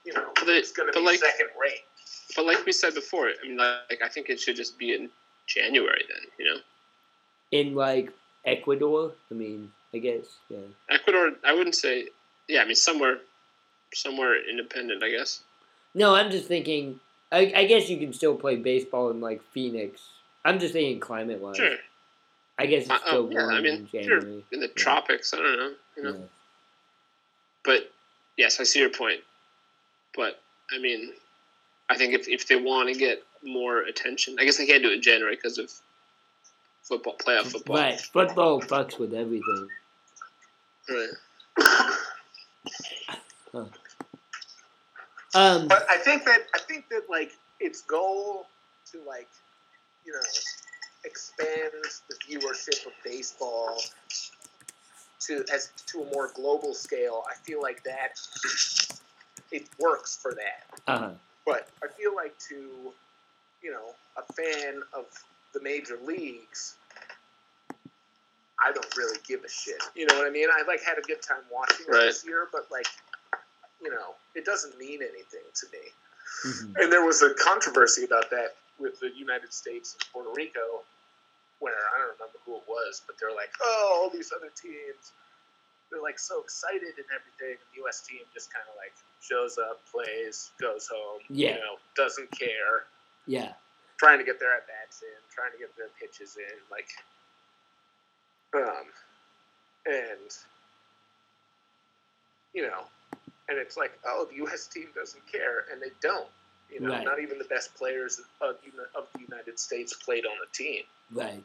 Speaker 2: you know,
Speaker 1: But,
Speaker 2: it's going to
Speaker 1: but
Speaker 2: be
Speaker 1: like,
Speaker 2: second rate.
Speaker 1: but like we said before, I mean, like, like, I think it should just be in January then. You know,
Speaker 3: In like Ecuador, I mean, I guess. Yeah.
Speaker 1: Ecuador, I wouldn't say. Yeah, I mean somewhere, somewhere independent, I guess.
Speaker 3: No, I'm just thinking. I, I guess you can still play baseball in like Phoenix. I'm just thinking climate wise.
Speaker 1: Sure.
Speaker 3: I guess it's
Speaker 1: Uh,
Speaker 3: still
Speaker 1: oh, yeah,
Speaker 3: warm
Speaker 1: I
Speaker 3: in
Speaker 1: mean, sure,
Speaker 3: January.
Speaker 1: in the tropics. I don't know. You know?
Speaker 3: Yeah.
Speaker 1: But yes, I see your point. But I mean, I think if, if they want to get more attention, I guess they can't do it in January because of football playoff football.
Speaker 3: Right, football fucks with everything.
Speaker 1: Right.
Speaker 3: Um,
Speaker 2: But I think that I think that like its goal to like you know expand the viewership of baseball to as to a more global scale. I feel like that it works for that.
Speaker 3: uh-huh.
Speaker 2: But I feel like to you know a fan of the major leagues. I don't really give a shit. You know what I mean? I like had a good time watching it
Speaker 1: Right.
Speaker 2: this year, but like, you know, it doesn't mean anything to me.
Speaker 3: mhm.
Speaker 2: And there was a controversy about that with the United States and Puerto Rico, where I don't remember who it was, but they're like, oh, all these other teams, they're like so excited and everything. And the U.S. team just kind of like shows up, plays, goes home,
Speaker 3: Yeah.
Speaker 2: you know, doesn't care,
Speaker 3: Yeah.
Speaker 2: trying to get their at bats in, trying to get their pitches in, like, um, and you know, and it's like, oh, the U.S. team doesn't care, and they don't. You know,
Speaker 3: Right.
Speaker 2: not even the best players of, uni- of the United States played on the team.
Speaker 3: Right.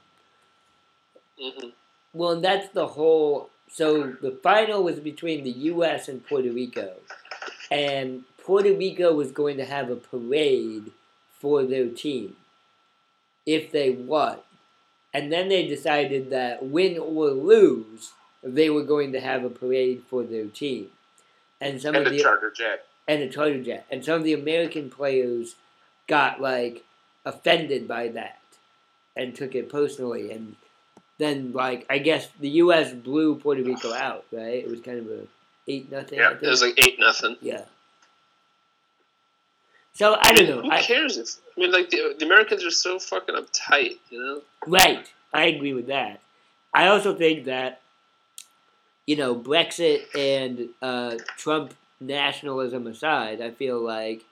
Speaker 1: Mm-hmm.
Speaker 3: Well, and that's the whole. So the final was between the U.S. and Puerto Rico, and Puerto Rico was going to have a parade for their team if they won, and then they decided that win or lose, they were going to have a parade for their team, and some
Speaker 2: And
Speaker 3: of
Speaker 2: the
Speaker 3: the
Speaker 2: charter jet.
Speaker 3: and a charter jet. And some of the American players got like offended by that and took it personally. And then like I guess the U.S. blew Puerto Rico out, right? It was kind of a eight nothing.
Speaker 2: Yeah,
Speaker 3: I think.
Speaker 1: It was like eight nothing.
Speaker 3: yeah. So I don't know.
Speaker 1: Who
Speaker 3: I,
Speaker 1: cares? If, I mean, like the, the Americans are so fucking uptight, you know.
Speaker 3: Right. I agree with that. I also think that, you know, Brexit and uh, Trump nationalism aside, I feel like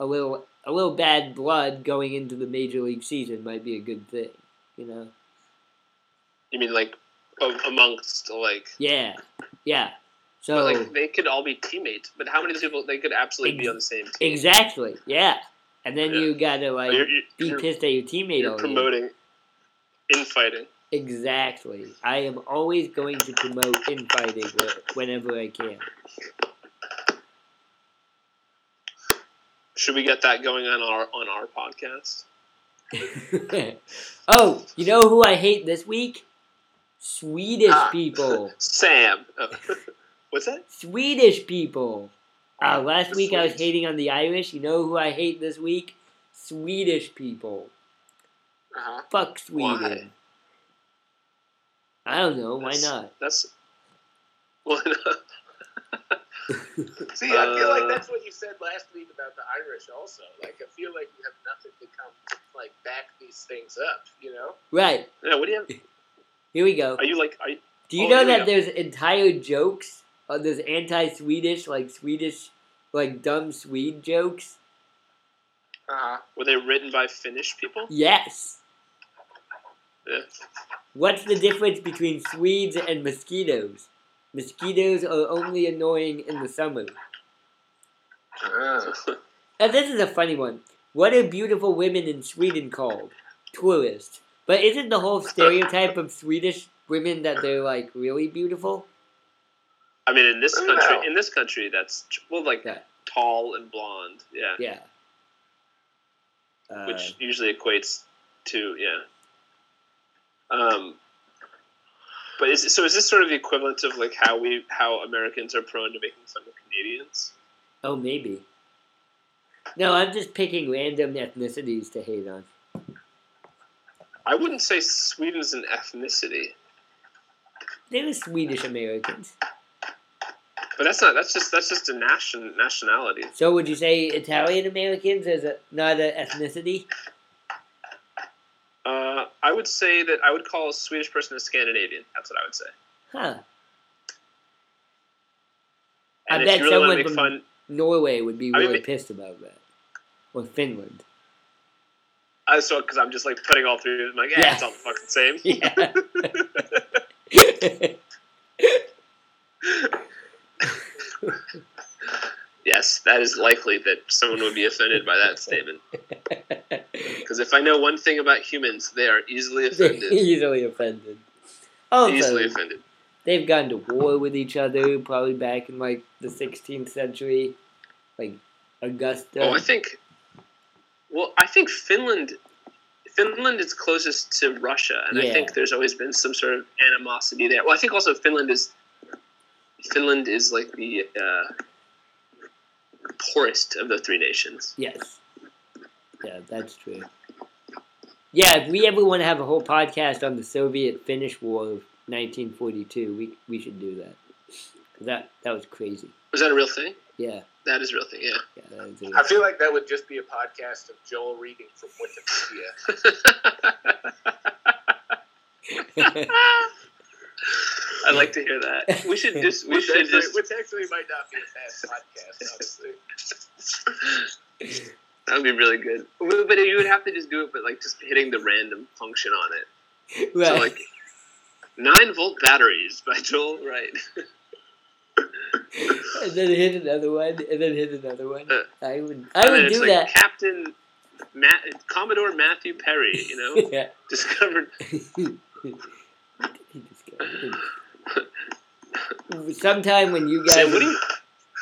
Speaker 3: a little a little bad blood going into the major league season might be a good thing. You know.
Speaker 1: You mean like a- amongst like.
Speaker 3: Yeah. Yeah. So
Speaker 1: But like they could all be teammates, but how many people they could absolutely be on the same team?
Speaker 3: exactly. Yeah. And then
Speaker 1: Yeah.
Speaker 3: you gotta like
Speaker 1: You're, you're-
Speaker 3: be
Speaker 1: you're-
Speaker 3: pissed at your teammate
Speaker 1: you're
Speaker 3: all year.
Speaker 1: promoting infighting.
Speaker 3: Exactly. I am always going to promote infighting wh- whenever I can.
Speaker 1: Should we get that going on our on our podcast?
Speaker 3: *laughs* oh, you know who I hate this week? Swedish
Speaker 1: Ah.
Speaker 3: people.
Speaker 1: Sam, oh. *laughs* what's that? *laughs*
Speaker 3: Swedish people. Uh, last
Speaker 1: Ah, The
Speaker 3: week I was
Speaker 1: Swedes.
Speaker 3: hating on the Irish. You know who I hate this week? Swedish people.
Speaker 2: Uh-huh.
Speaker 3: Fuck Sweden. I don't know. Why
Speaker 1: That's-
Speaker 3: not?
Speaker 1: That's well,
Speaker 2: See, I feel like
Speaker 1: Uh,
Speaker 2: that's what you said last week about the Irish. Also, like I feel like you have nothing to come like back these things up. You know,
Speaker 3: Right.
Speaker 1: yeah. What do you have?
Speaker 3: Here we go.
Speaker 1: Are you like? Are you,
Speaker 3: Do you
Speaker 1: Oh,
Speaker 3: know
Speaker 1: here we
Speaker 3: that
Speaker 1: go.
Speaker 3: there's entire jokes? Uh, there's anti-Swedish, like Swedish, like dumb Swede jokes.
Speaker 2: uh-huh.
Speaker 1: were they written by Finnish people?
Speaker 3: Yes.
Speaker 1: Yeah. *laughs*
Speaker 3: What's the difference between Swedes and mosquitoes? Mosquitoes are only annoying in the summer.
Speaker 1: Uh.
Speaker 3: And this is a funny one. What are beautiful women in Sweden called? Tourists. But isn't the whole stereotype of Swedish women that they're like really beautiful?
Speaker 1: I mean, in this
Speaker 2: Oh,
Speaker 1: country,
Speaker 2: no.
Speaker 1: in this country, that's tr- well, like
Speaker 3: Yeah.
Speaker 1: tall and blonde, yeah,
Speaker 3: Yeah. Uh,
Speaker 1: which usually equates to yeah. Um, but is it- so is this sort of the equivalent of like how we how Americans are prone to making fun of Canadians?
Speaker 3: oh, maybe. No, I'm just picking random ethnicities to hate on.
Speaker 1: I wouldn't say Sweden's an ethnicity.
Speaker 3: They were Swedish Americans.
Speaker 1: But that's not. That's just. That's just a nation nationality.
Speaker 3: So would you say Italian Americans is a, not an ethnicity?
Speaker 1: Uh, I would say that I would call a Swedish person a Scandinavian. That's what I would say.
Speaker 3: Huh. I
Speaker 1: And if
Speaker 3: bet
Speaker 1: you really want
Speaker 3: someone
Speaker 1: to make
Speaker 3: from-
Speaker 1: fun,
Speaker 3: Norway would be
Speaker 1: I mean,
Speaker 3: really
Speaker 1: the-
Speaker 3: pissed about that,
Speaker 1: *laughs*
Speaker 3: or Finland. *laughs*
Speaker 1: I so because I'm just like putting all three of them like, yeah,
Speaker 3: Yeah.
Speaker 1: it's all the fucking same.
Speaker 3: Yeah.
Speaker 1: Yes, that is likely that someone would be offended by
Speaker 3: *laughs*
Speaker 1: that statement. Because if I know one thing about humans, they are easily
Speaker 3: They're
Speaker 1: offended.
Speaker 3: easily offended. Also,
Speaker 1: easily offended.
Speaker 3: they've gone to war with each other probably back in like the 16th century, like Augusta.
Speaker 1: Oh, I think. Well, I think Finland, Finland is closest to Russia, and I
Speaker 3: Yeah.
Speaker 1: think there's always been some sort of animosity there. Well, I think also Finland is, Finland is like the uh, poorest of the three nations.
Speaker 3: Yes. Yeah, that's true. Yeah, if we ever want to have a whole podcast on the Soviet Finnish War of 1942, we we should do that. 'Cause That that was crazy.
Speaker 1: Was that a real thing?
Speaker 3: Yeah,
Speaker 1: That is a real thing. Yeah. *laughs*
Speaker 3: yeah, that was a-
Speaker 2: I feel like that would just be a podcast of Joel reading from Wikipedia.
Speaker 3: *laughs*
Speaker 1: *laughs* I'd like to hear that. We
Speaker 3: *laughs*
Speaker 1: should just we
Speaker 2: Which
Speaker 1: should
Speaker 2: actually,
Speaker 1: just
Speaker 2: which actually might not be a bad
Speaker 1: *laughs*
Speaker 2: podcast, honestly.
Speaker 1: that would be really good. But you would have to just do it, but like just hitting the random function on it. So
Speaker 3: Right.
Speaker 1: like nine volt batteries by Joel Wright.
Speaker 3: *laughs* and then hit another one, and then hit another one.
Speaker 1: Uh,
Speaker 3: I would *laughs* I
Speaker 1: And then
Speaker 3: would
Speaker 1: it's
Speaker 3: do
Speaker 1: like
Speaker 3: that.
Speaker 1: Captain Ma- Commodore Matthew Perry, you know,
Speaker 3: *laughs*
Speaker 1: *laughs*
Speaker 3: yeah.
Speaker 1: discovered.
Speaker 3: He just
Speaker 1: *laughs*
Speaker 3: go- Sometime when you guys,
Speaker 1: Sam, what are you?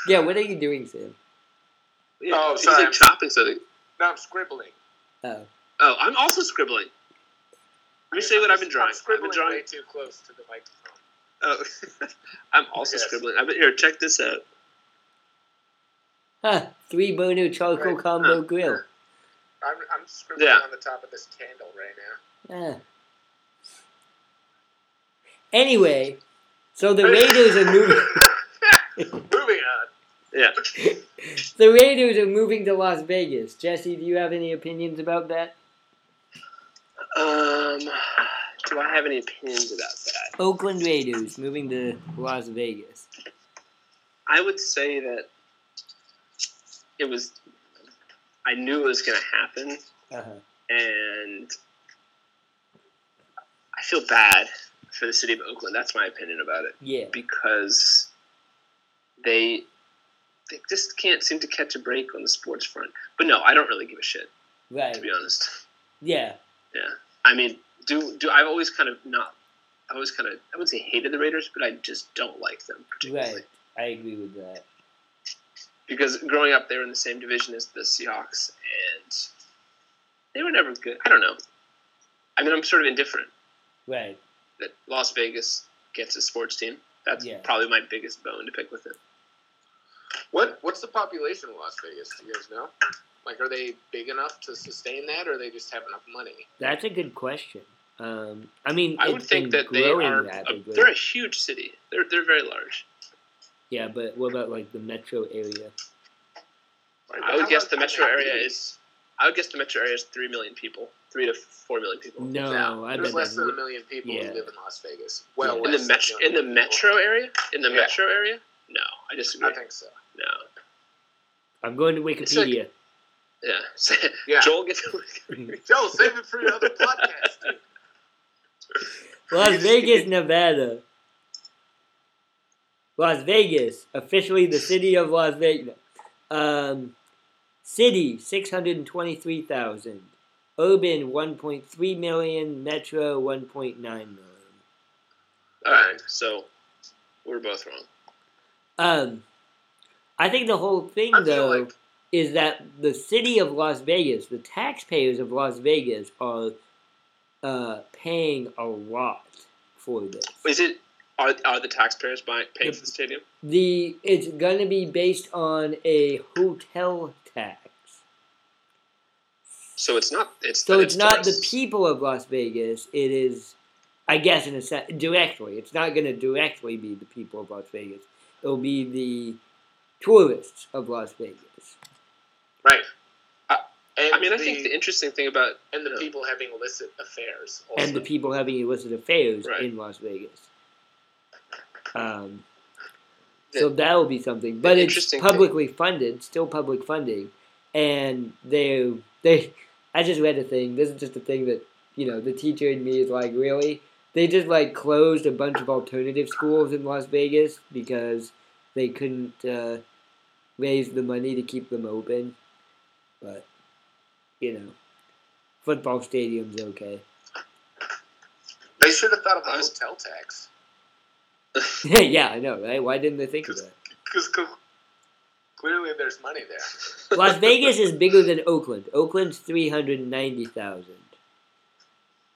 Speaker 3: yeah, what are you doing, Sam?
Speaker 1: Yeah,
Speaker 2: Oh,
Speaker 1: he's
Speaker 2: sorry.
Speaker 1: like chopping something.
Speaker 2: No, I'm scribbling.
Speaker 3: Oh,
Speaker 1: Oh, I'm also scribbling. Let me
Speaker 2: Yeah,
Speaker 1: say what
Speaker 2: I'm
Speaker 1: I've been
Speaker 2: just-
Speaker 1: drawing.
Speaker 2: I'm
Speaker 1: I've
Speaker 2: scribbling
Speaker 1: been drawing
Speaker 2: way too close to the microphone.
Speaker 1: Oh, *laughs* I'm also
Speaker 2: Yes.
Speaker 1: scribbling. I've been here. Check this out.
Speaker 3: huh? Three Bono charcoal
Speaker 2: Right.
Speaker 3: combo
Speaker 1: Huh.
Speaker 3: grill.
Speaker 2: I'm, I'm scribbling
Speaker 1: Yeah.
Speaker 2: on the top of this candle right now.
Speaker 3: Ah. Anyway, so the
Speaker 1: *laughs*
Speaker 3: Raiders are
Speaker 2: *laughs*
Speaker 3: moving.
Speaker 2: Moving on.
Speaker 1: Yeah.
Speaker 3: The Raiders are moving to Las Vegas. Jesse, do you have any opinions about that?
Speaker 1: Um, do I have any opinions about that?
Speaker 3: Oakland Raiders moving to Las Vegas.
Speaker 1: I would say that it was. I knew it was going to happen,
Speaker 3: Uh-huh.
Speaker 1: and I feel bad for the city of Oakland. That's my opinion about it
Speaker 3: Yeah.
Speaker 1: because they they just can't seem to catch a break on the sports front. But no, I don't really give a shit
Speaker 3: Right.
Speaker 1: to be honest.
Speaker 3: Yeah.
Speaker 1: I mean, do do I've always kind of not. I always kind of I wouldn't say hated the Raiders, but I just don't like them particularly
Speaker 3: Right. I agree with that.
Speaker 1: because growing up they were in the same division as the Seahawks, and they were never good. I don't know. I mean, I'm sort of indifferent
Speaker 3: Right.
Speaker 1: that Las Vegas gets a sports team. That's
Speaker 3: Yeah.
Speaker 1: probably my biggest bone to pick with it.
Speaker 2: What What's the population of Las Vegas? Do you guys know? Like, are they big enough to sustain that, or they just have enough money?
Speaker 3: That's a good question. Um, I mean,
Speaker 1: I would
Speaker 3: it's
Speaker 1: think
Speaker 3: been
Speaker 1: that they
Speaker 3: growing
Speaker 1: are. A,
Speaker 3: rapidly.
Speaker 1: they're a huge city. They're they're very large.
Speaker 3: yeah, but what about like the metro area?
Speaker 2: Like,
Speaker 1: I would
Speaker 2: how
Speaker 1: guess
Speaker 2: much-
Speaker 1: the metro
Speaker 2: how
Speaker 1: area
Speaker 2: many-
Speaker 1: is. I would guess the metro area is three million people, three to four million people.
Speaker 3: No,
Speaker 2: No,
Speaker 3: I
Speaker 2: There's
Speaker 3: bet
Speaker 2: less
Speaker 3: that's
Speaker 2: than a million people
Speaker 3: yeah.
Speaker 2: who live in Las Vegas. Well,
Speaker 3: Yeah.
Speaker 1: In
Speaker 2: less
Speaker 1: the
Speaker 2: than a
Speaker 1: metro, in
Speaker 2: million
Speaker 1: the
Speaker 2: people.
Speaker 1: metro area, in the
Speaker 2: Yeah.
Speaker 1: metro area, no, I disagree.
Speaker 2: I think so.
Speaker 1: no,
Speaker 3: I'm going to
Speaker 1: It's like-
Speaker 3: Wikipedia.
Speaker 1: yeah. *laughs*
Speaker 2: Yeah.
Speaker 1: Joel
Speaker 2: *laughs*
Speaker 1: gets *laughs* to
Speaker 2: Joe, save it for your other *laughs* podcast. dude. *laughs*
Speaker 3: Las Vegas, Nevada. Las Vegas, officially the city of Las Vegas. Um, city, 623,000. Urban, 1.3 million. Metro, 1.9 million.
Speaker 1: All right, so we're both wrong.
Speaker 3: Um, I think the whole thing,
Speaker 2: I feel
Speaker 3: though,
Speaker 2: like
Speaker 3: is that the city of Las Vegas, the taxpayers of Las Vegas, are uh, paying a lot for this.
Speaker 1: Is it are, are the taxpayers buying, paying for the stadium?
Speaker 3: The it's gonna be based on a hotel tax.
Speaker 1: So it's not. It's
Speaker 3: So
Speaker 1: that
Speaker 3: it's not the
Speaker 1: tourists.
Speaker 3: people of Las Vegas. It is, I guess, in a sense, directly. It's not gonna directly be the people of Las Vegas. It'll be the tourists of Las Vegas.
Speaker 2: right. and
Speaker 1: I mean, I think the interesting thing about
Speaker 2: and the
Speaker 1: yeah.
Speaker 2: people having illicit affairs. Also.
Speaker 3: and the people having illicit affairs
Speaker 1: Right.
Speaker 3: in Las Vegas. Um, So that will be something. But it's
Speaker 1: Interesting.
Speaker 3: publicly funded, still public funding, and they they. I just read a thing. This is just a thing that you know the teacher in me is like really. They just like closed a bunch of alternative schools in Las Vegas because they couldn't uh, raise the money to keep them open. But you know, football stadium's okay.
Speaker 2: They should have thought of a
Speaker 1: I was-
Speaker 2: hotel tax.
Speaker 3: *laughs* yeah, I know, right? Why didn't they think of that?
Speaker 2: Because clearly there's money there.
Speaker 3: *laughs* Las Vegas is bigger than Oakland. Oakland's three hundred ninety thousand.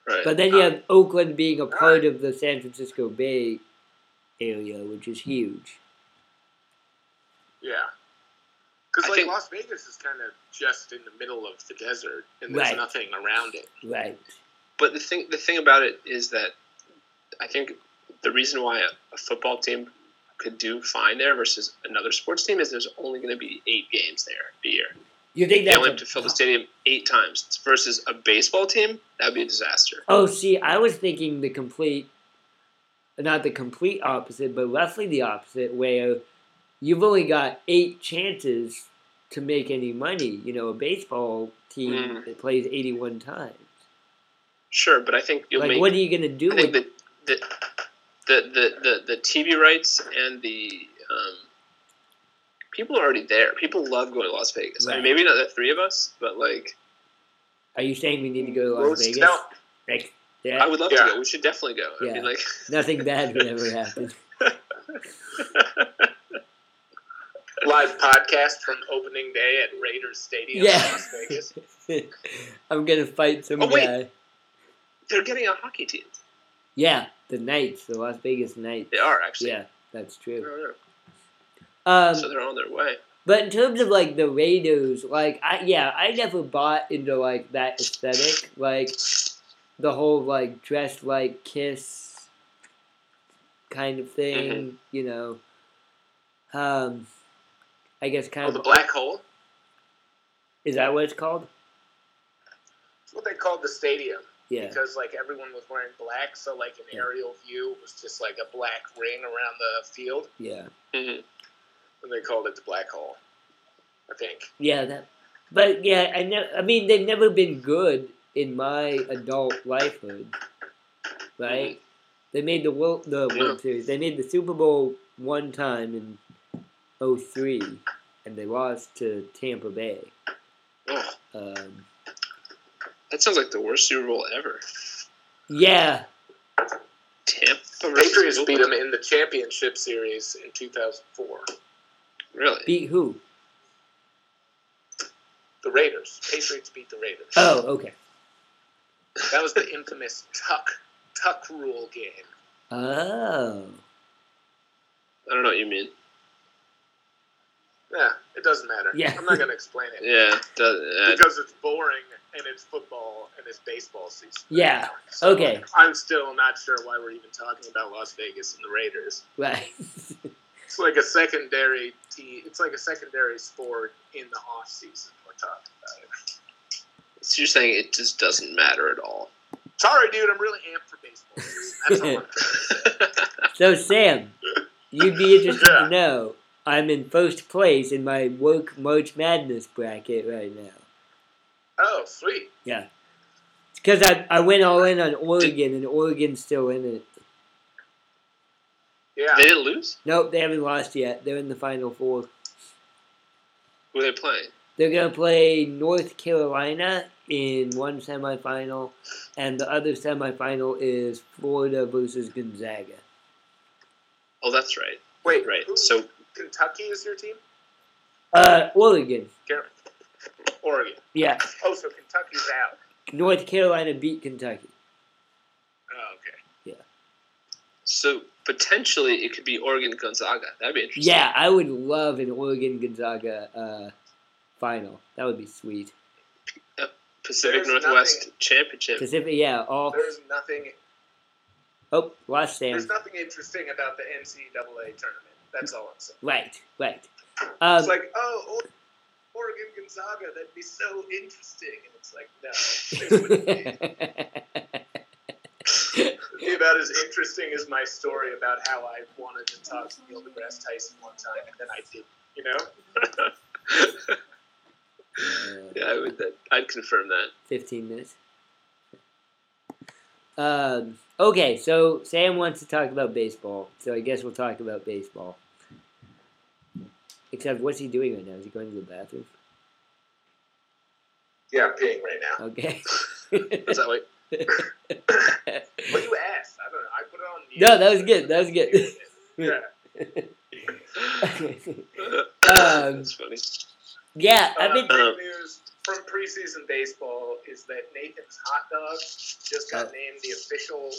Speaker 1: Right.
Speaker 3: But then you have Oakland being a part of the San Francisco Bay area, which is huge.
Speaker 2: *laughs* Yeah. Because
Speaker 1: I
Speaker 2: like
Speaker 1: think-
Speaker 2: Las Vegas is kind of just in the middle of the desert, and there's
Speaker 3: Right.
Speaker 2: nothing around it.
Speaker 3: Right.
Speaker 1: But the thing the thing about it is that I think the reason why a, a football team could do fine there versus another sports team is there's only going to be eight games there a year.
Speaker 3: You think
Speaker 1: They
Speaker 3: that's
Speaker 1: only
Speaker 3: a-
Speaker 1: have to fill the stadium eight times versus a baseball team. That would be a disaster.
Speaker 3: Oh, see, I was thinking the complete, not the complete opposite, but roughly the opposite, where you've only got eight chances to make any money. You know, a baseball team
Speaker 1: Mm.
Speaker 3: that plays 81 times.
Speaker 1: Sure, but I think you'll
Speaker 3: like,
Speaker 1: make.
Speaker 3: what are you going to do
Speaker 1: I
Speaker 3: with
Speaker 1: think the the, the the the the TV rights and the um, people are already there. People love going to Las Vegas. I mean,
Speaker 3: Right.
Speaker 1: maybe not the three of us, but like
Speaker 3: Are you saying we need to go to Las
Speaker 1: Roast
Speaker 3: Vegas?
Speaker 1: out.
Speaker 3: Like,
Speaker 1: I
Speaker 3: that,
Speaker 1: would love
Speaker 2: Yeah.
Speaker 1: to go. We should definitely go. I
Speaker 3: Yeah.
Speaker 1: mean, like *laughs*
Speaker 3: nothing bad would ever happen.
Speaker 2: Live podcast from opening day at Raiders Stadium
Speaker 3: Yeah.
Speaker 2: in Las
Speaker 3: *laughs*
Speaker 2: Vegas.
Speaker 3: I'm gonna fight some
Speaker 1: Oh, wait.
Speaker 3: guy.
Speaker 1: they're getting a hockey team.
Speaker 3: Yeah, the Knights, the Las Vegas Knights.
Speaker 1: They are actually.
Speaker 3: Yeah, that's
Speaker 1: I
Speaker 3: true.
Speaker 1: don't know.
Speaker 3: Um,
Speaker 1: So they're on their way.
Speaker 3: but in terms of like the Raiders, like I yeah, I never bought into like that aesthetic, like the whole like dressed like Kiss kind of thing, you know. Um, I guess kind
Speaker 2: Oh,
Speaker 3: of
Speaker 2: the black hole.
Speaker 3: is that what it's called?
Speaker 2: It's what they called the stadium
Speaker 3: Yeah,
Speaker 2: because like everyone was wearing black, so like an
Speaker 3: Yeah.
Speaker 2: aerial view was just like a black ring around the field,
Speaker 3: yeah.
Speaker 1: hmm
Speaker 2: and they called it the black hole. I think.
Speaker 3: Yeah, that. But yeah, I know. I mean, they've never been good in my adult lifehood, right? They made the world, the World Series. They made the Super Bowl one time in 03, and they lost to Tampa Bay.
Speaker 1: Oh,
Speaker 3: Um,
Speaker 1: that sounds like the worst Super Bowl ever.
Speaker 3: yeah,
Speaker 1: Tampa versus
Speaker 2: Patriots
Speaker 1: Oakland.
Speaker 2: beat them in the championship series in 2004.
Speaker 1: Really?
Speaker 3: beat who?
Speaker 2: The Raiders. Patriots beat the Raiders.
Speaker 3: Oh, okay.
Speaker 2: That was the infamous tuck tuck rule game.
Speaker 3: Oh,
Speaker 1: I don't know what you mean.
Speaker 2: Yeah, it doesn't matter.
Speaker 3: Yeah.
Speaker 2: I'm not gonna explain
Speaker 1: *laughs*
Speaker 2: it
Speaker 1: Yeah. it Does, uh,
Speaker 2: because it's boring and it's football and it's baseball season.
Speaker 3: Yeah,
Speaker 2: So
Speaker 3: okay,
Speaker 2: I'm still not sure why we're even talking about Las Vegas and the Raiders.
Speaker 3: right. *laughs*
Speaker 2: It's like a secondary t. It's like a secondary sport in the off season. We're talking about it.
Speaker 1: so you're saying it just doesn't matter at all.
Speaker 2: Sorry, dude. I'm really amped for baseball. season. That's all I'm
Speaker 3: So Sam, you'd be interested
Speaker 2: Yeah.
Speaker 3: to know I'm in first place in my work March Madness bracket right now.
Speaker 2: Oh, sweet.
Speaker 3: Yeah, because I I went all in on Oregon and Oregon's still in it.
Speaker 2: Yeah.
Speaker 1: They didn't lose.
Speaker 3: Nope, they haven't lost yet. They're in the final four.
Speaker 1: Who are they playing?
Speaker 3: They're gonna play North Carolina in one semifinal, and the other semifinal is Florida versus Gonzaga.
Speaker 1: Oh, that's right.
Speaker 2: Wait.
Speaker 1: Right.
Speaker 2: who-
Speaker 1: So
Speaker 2: Kentucky is your team.
Speaker 3: Uh, Oregon.
Speaker 2: Car- Oregon.
Speaker 3: Yeah,
Speaker 2: Oh, so Kentucky's out.
Speaker 3: North Carolina beat Kentucky.
Speaker 2: Oh, okay.
Speaker 1: so potentially it could be Oregon Gonzaga. That'd be interesting.
Speaker 3: Yeah, I would love an Oregon Gonzaga uh, final. That would be sweet.
Speaker 1: Pacific
Speaker 2: There's
Speaker 1: Northwest
Speaker 2: nothing-
Speaker 1: Championship.
Speaker 3: Pacific, yeah, all.
Speaker 2: There's nothing.
Speaker 3: Oh, lost Sam.
Speaker 2: There's nothing interesting about the NCAA tournament. That's all I'm saying.
Speaker 3: Right, right. Um,
Speaker 2: it's like, oh, Or- Oregon Gonzaga, that'd be so
Speaker 3: *laughs*
Speaker 2: *laughs* interesting, and it's like, no, it wouldn't be. be about as interesting as my story about how I wanted to talk to Neil deGrasse Tyson one time, and then I did. You know,
Speaker 1: yeah, I would. That, I'd confirm that.
Speaker 3: 15 Uh, minutes. Um, okay, so Sam wants to talk about baseball, so I guess we'll talk about baseball. Except, what's he doing right now? Is he going to the bathroom?
Speaker 2: yeah, I'm peeing right now.
Speaker 3: Okay. *laughs*
Speaker 1: Is that like
Speaker 2: What you asked? I don't know. I put it on. mute.
Speaker 3: No, that was good. That was good. *laughs*
Speaker 2: yeah.
Speaker 3: Um,
Speaker 1: *laughs* that's funny?
Speaker 3: yeah,
Speaker 2: Uh,
Speaker 3: I've been.
Speaker 2: big news from preseason baseball is that Nathan's Hot Dog just got
Speaker 3: Oh.
Speaker 2: named the official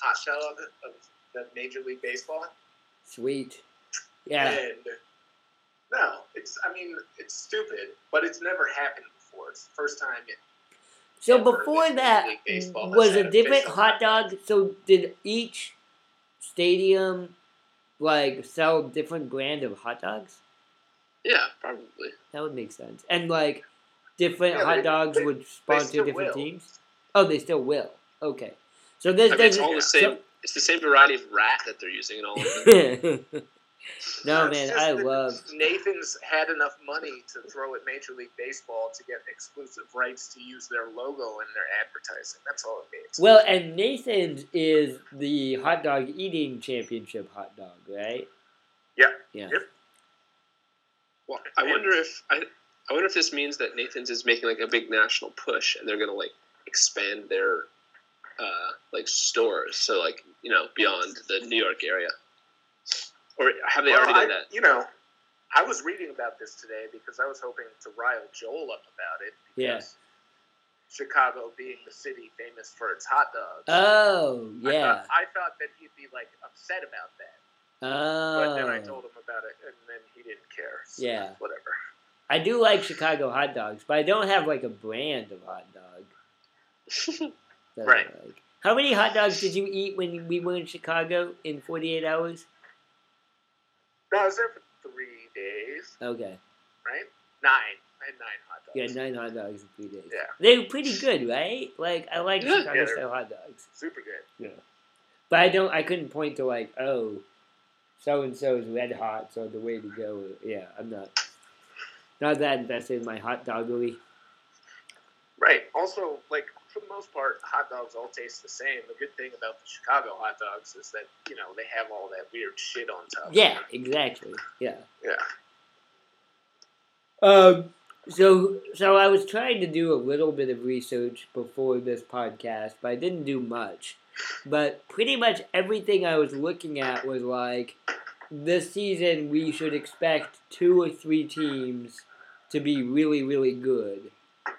Speaker 2: hot dog of the Major League Baseball.
Speaker 3: Sweet. Yeah.
Speaker 2: And no, it's I mean it's stupid, but it's never happened before. It's the first time. It,
Speaker 3: So
Speaker 2: Denver
Speaker 3: before
Speaker 2: Major
Speaker 3: that
Speaker 2: League Baseball has
Speaker 3: was
Speaker 2: had
Speaker 3: a different
Speaker 2: official-
Speaker 3: hot dog. So did each stadium like sell different brand of hot dogs?
Speaker 1: Yeah, probably.
Speaker 3: That would make sense. And like different
Speaker 2: Yeah,
Speaker 3: hot
Speaker 2: they-
Speaker 3: dogs
Speaker 2: they-
Speaker 3: would
Speaker 2: they
Speaker 3: sponsor
Speaker 2: still
Speaker 3: different
Speaker 2: will.
Speaker 3: teams. Oh, they still will. Okay. So this
Speaker 1: I mean, it's
Speaker 3: doesn't.
Speaker 1: all the same. It's the same variety of rat that they're using in all of
Speaker 3: *laughs*
Speaker 1: them.
Speaker 3: so- no
Speaker 2: It's
Speaker 3: man,
Speaker 2: just
Speaker 3: I
Speaker 2: that
Speaker 3: love.
Speaker 2: Nathan's had enough money to throw at Major League Baseball to get exclusive rights to use their logo in their advertising. That's all it means.
Speaker 3: Well, and Nathan's is the hot dog eating championship hot dog, right?
Speaker 2: Yeah.
Speaker 3: Yeah.
Speaker 2: Yep.
Speaker 1: Well, I wonder if I, I wonder if this means that Nathan's is making like a big national push and they're gonna like expand their uh, like stores. So like you know beyond the New York area, or have they
Speaker 2: Well,
Speaker 1: already
Speaker 2: I-
Speaker 1: done that?
Speaker 2: You know, I was reading about this today because I was hoping to rile Joel up about it.
Speaker 3: Yeah.
Speaker 2: because Chicago being the city famous for its hot dogs.
Speaker 1: *laughs*
Speaker 3: Oh
Speaker 2: I
Speaker 3: yeah.
Speaker 2: thought, I thought that he'd be like upset about that,
Speaker 3: Oh.
Speaker 2: but then I told him about it, and then he didn't care. So
Speaker 3: Yeah.
Speaker 2: whatever.
Speaker 3: I do like Chicago hot dogs, but I don't have like a brand of hot dog.
Speaker 1: *laughs*
Speaker 3: that I
Speaker 1: Right.
Speaker 3: like. How many hot dogs did you eat when we were in Chicago in 48 hours?
Speaker 2: No, I was there for three days,
Speaker 3: Okay.
Speaker 2: right? Nine. I had nine hot dogs.
Speaker 3: Yeah, nine hot dogs in three days.
Speaker 2: Yeah.
Speaker 3: They were pretty good, right? Like, I like
Speaker 1: Yeah,
Speaker 3: Chicago
Speaker 2: they're-
Speaker 3: style hot dogs.
Speaker 2: Super good.
Speaker 3: But I don't, I couldn't point to like, oh, so and so is red hot, so the way to go. Yeah, I'm not, not that invested in my hot doggery.
Speaker 2: Right. Also, like for the most part, hot dogs all taste the same. The good thing about the Chicago hot dogs is that you know they have all that weird shit on top.
Speaker 3: Yeah, exactly. Yeah.
Speaker 2: Yeah.
Speaker 3: Um, so, so I was trying to do a little bit of research before this podcast, but I didn't do much. But pretty much everything I was looking at was like, this season we should expect two or three teams to be really, really good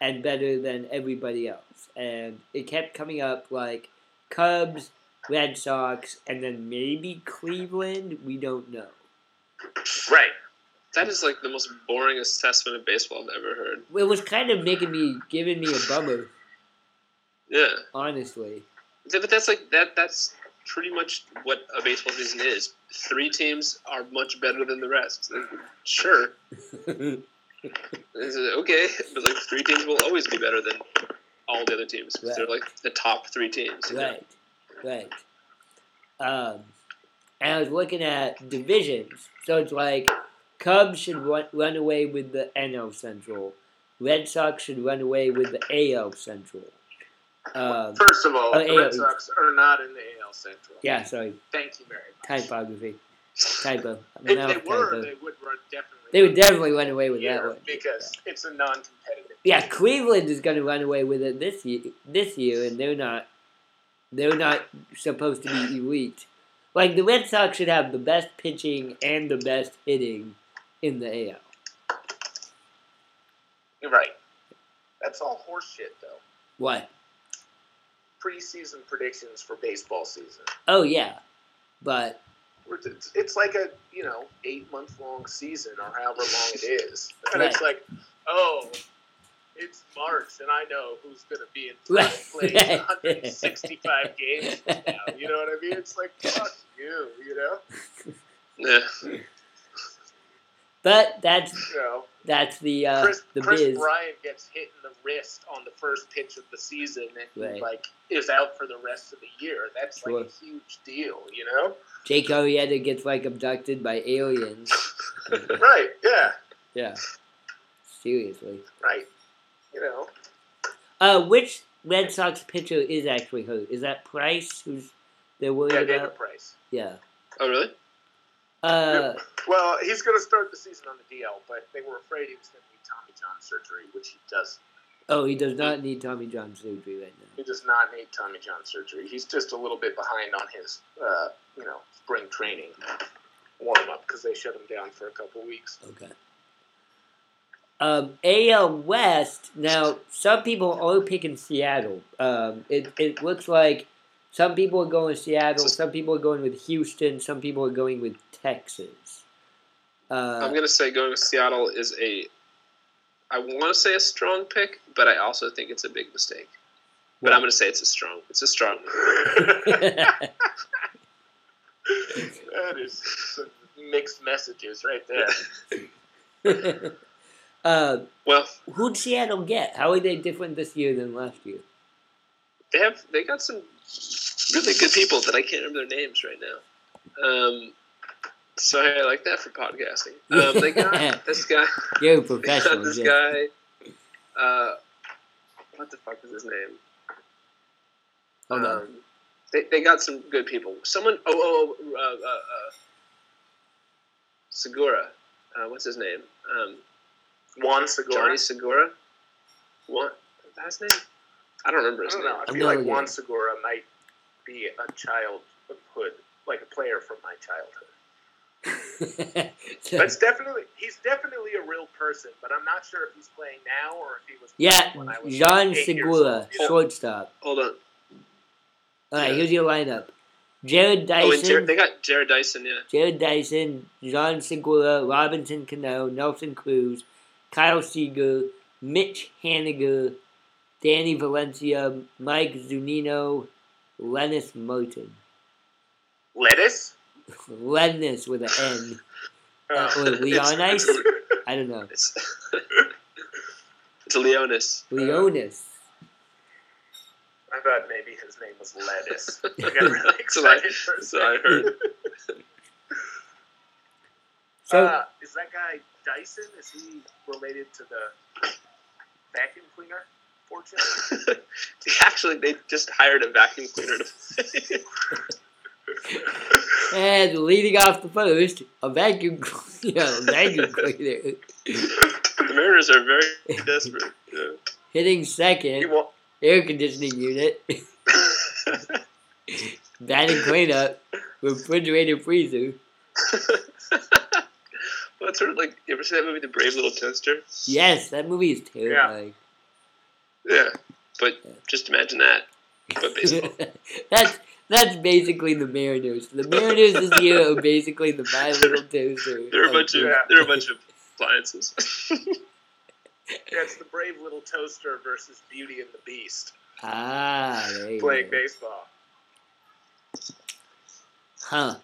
Speaker 3: and better than everybody else. And it kept coming up like Cubs, Red Sox, and then maybe Cleveland. We don't know.
Speaker 2: Right.
Speaker 1: That is like the most boring assessment of baseball I've ever heard.
Speaker 3: It was kind of making me, giving me a bummer.
Speaker 1: Yeah,
Speaker 2: *laughs*
Speaker 3: honestly.
Speaker 1: Th- but that's like that. That's pretty much what a baseball season is. Three teams are much better than the rest. Sure, This is okay, but like three teams will always be better than all the other teams 'cause they're like the top three teams. you know?
Speaker 3: right, right. Um, and I was looking at divisions, so it's like Cubs should run, run away with the NL Central, Red Sox should run away with the AL Central. Um,
Speaker 2: First of all,
Speaker 3: Oh,
Speaker 2: the Red
Speaker 3: AL.
Speaker 2: Sox are not in the AL Central.
Speaker 3: yeah, sorry,
Speaker 2: Thank you very much.
Speaker 3: typography, typo.
Speaker 2: If
Speaker 3: Now
Speaker 2: they were,
Speaker 3: typo.
Speaker 2: they would run definitely.
Speaker 3: They would definitely run away with
Speaker 2: Yeah,
Speaker 3: that one.
Speaker 2: because it's a non-competitive.
Speaker 3: Yeah, Cleveland is going to run away with it this year. This year, and they're not. They're not supposed to be elite. Like the Red Sox should have the best pitching and the best hitting in the AL.
Speaker 2: You're right. That's all horseshit, though.
Speaker 3: What?
Speaker 2: Preseason predictions for baseball season.
Speaker 3: Oh yeah, but
Speaker 2: We're- It's it's like a you know eight month long season or however long
Speaker 3: *laughs*
Speaker 2: it is, and it's like, oh, it's March, and I know who's going to be in
Speaker 3: Right.
Speaker 2: first
Speaker 3: *laughs*
Speaker 2: place 165 games from now. You know what I mean? It's like fuck you, you know.
Speaker 1: Yeah.
Speaker 3: but that's
Speaker 2: You know,
Speaker 3: That's the uh,
Speaker 2: Chris,
Speaker 3: the
Speaker 2: Chris
Speaker 3: biz.
Speaker 2: Bryant gets hit in the wrist on the first pitch of the season, and he,
Speaker 3: Right.
Speaker 2: like is out for the rest of the year. That's like a
Speaker 3: Sure.
Speaker 2: huge deal, you know?
Speaker 3: Jake Arrieta gets like abducted by aliens.
Speaker 2: right? Yeah.
Speaker 3: yeah, seriously.
Speaker 2: Right. You know.
Speaker 3: Uh, which Red Sox pitcher is actually hurt? Is that Price, who's they're worried
Speaker 2: Yeah,
Speaker 3: about?
Speaker 2: David Price.
Speaker 3: Yeah.
Speaker 1: Oh, really?
Speaker 3: Uh,
Speaker 2: Well, he's going to start the season on the DL, but they were afraid he was going to need Tommy John surgery, which he does.
Speaker 3: oh, he does not need Tommy John surgery right now.
Speaker 2: He does not need Tommy John surgery. He's just a little bit behind on his, uh, you know, spring training warm up because they shut him down for a couple weeks. *laughs*
Speaker 3: Okay. Um, AL West. Now, some people are picking Seattle. Um, it, it looks like some people are going Seattle, some people are going with Houston, some people are going with Texas.
Speaker 1: I'm
Speaker 3: Uh, *laughs*
Speaker 1: going to say going with Seattle is a. I want to say a strong pick, but I also think it's a big mistake. But I'm going to say it's a strong. It's a strong.
Speaker 2: That is some mixed messages right there.
Speaker 3: uh,
Speaker 1: *laughs* Well,
Speaker 3: who'd Seattle get? How are they different this year than last year?
Speaker 1: they have they got some really good people that I can't remember their names right now. Um, so hey, I like that for podcasting. Um, they
Speaker 3: *laughs*
Speaker 1: got this guy.
Speaker 3: You're a
Speaker 1: They got
Speaker 3: professional.
Speaker 1: this
Speaker 3: Jeff.
Speaker 1: guy. Uh, what the fuck is his name?
Speaker 3: Hold on.
Speaker 1: Um, they, they got some good people. Someone. Oh, oh, oh uh, uh, uh, Segura. Uh, what's his name? Um,
Speaker 2: Juan Segura.
Speaker 1: Johnny Segura. What? Is that his name? I don't remember
Speaker 2: I
Speaker 1: his
Speaker 2: don't
Speaker 1: name.
Speaker 2: know. I
Speaker 3: I'm
Speaker 2: feel
Speaker 3: gonna
Speaker 2: like
Speaker 3: get
Speaker 2: Juan
Speaker 3: it.
Speaker 2: Segura might be a childhood, like a player from my childhood. uh,
Speaker 3: *laughs*
Speaker 2: That's definitely he's definitely a real person, but I'm not sure if he's playing now or if he was.
Speaker 3: yeah,
Speaker 2: playing when I was
Speaker 3: John
Speaker 2: like, eight years
Speaker 3: Segura,
Speaker 2: old, you know?
Speaker 3: shortstop.
Speaker 1: Hold on.
Speaker 3: All right,
Speaker 1: Yeah.
Speaker 3: here's your lineup: Jared
Speaker 1: Oh, and Jared,
Speaker 3: Dyson,
Speaker 1: they got Jared Dyson. Yeah.
Speaker 3: Jared Dyson, John Segura, Robinson Cano, Nelson Cruz, Kyle Seager, Mitch Haniger, Danny Valencia, Mike Zunino, Lennis Moten.
Speaker 2: Lettuce.
Speaker 3: Lennis with an N. Uh,
Speaker 2: Oh.
Speaker 3: or Leonis? I don't know.
Speaker 1: *laughs* It's, it's Leonis.
Speaker 3: Leonis.
Speaker 2: I thought maybe his name was
Speaker 3: *laughs*
Speaker 2: Lettuce. I got really
Speaker 1: So I-
Speaker 2: excited for a
Speaker 1: So I
Speaker 2: second.
Speaker 1: heard.
Speaker 3: So
Speaker 1: Ah.
Speaker 2: uh, is that guy Dyson? Is he related to the vacuum cleaner? Fortune.
Speaker 1: *laughs* Actually, they just hired a vacuum cleaner to play. *laughs*
Speaker 3: And leading off the first, a vacuum cleaner, *laughs* a vacuum cleaner.
Speaker 1: the Mariners are very desperate. Yeah. *laughs*
Speaker 3: Hitting
Speaker 2: He
Speaker 3: second,
Speaker 2: won't.
Speaker 3: air conditioning unit. Batting cleanup, refrigerator freezer.
Speaker 1: well, it's sort of like you ever see that movie, The Brave Little Toaster?
Speaker 3: Yes, that movie is terrifying.
Speaker 1: Yeah, but just imagine that. But
Speaker 3: *laughs*
Speaker 1: baseball.
Speaker 3: that's that's basically the Mariners. The Mariners this year are basically the My Little Toaster.
Speaker 1: There are a
Speaker 3: of
Speaker 1: bunch of
Speaker 2: Yeah.
Speaker 1: there are a bunch of appliances.
Speaker 2: That's the brave little toaster versus Beauty and the Beast
Speaker 3: Ah, there you
Speaker 2: playing
Speaker 3: go.
Speaker 2: baseball.
Speaker 3: Huh.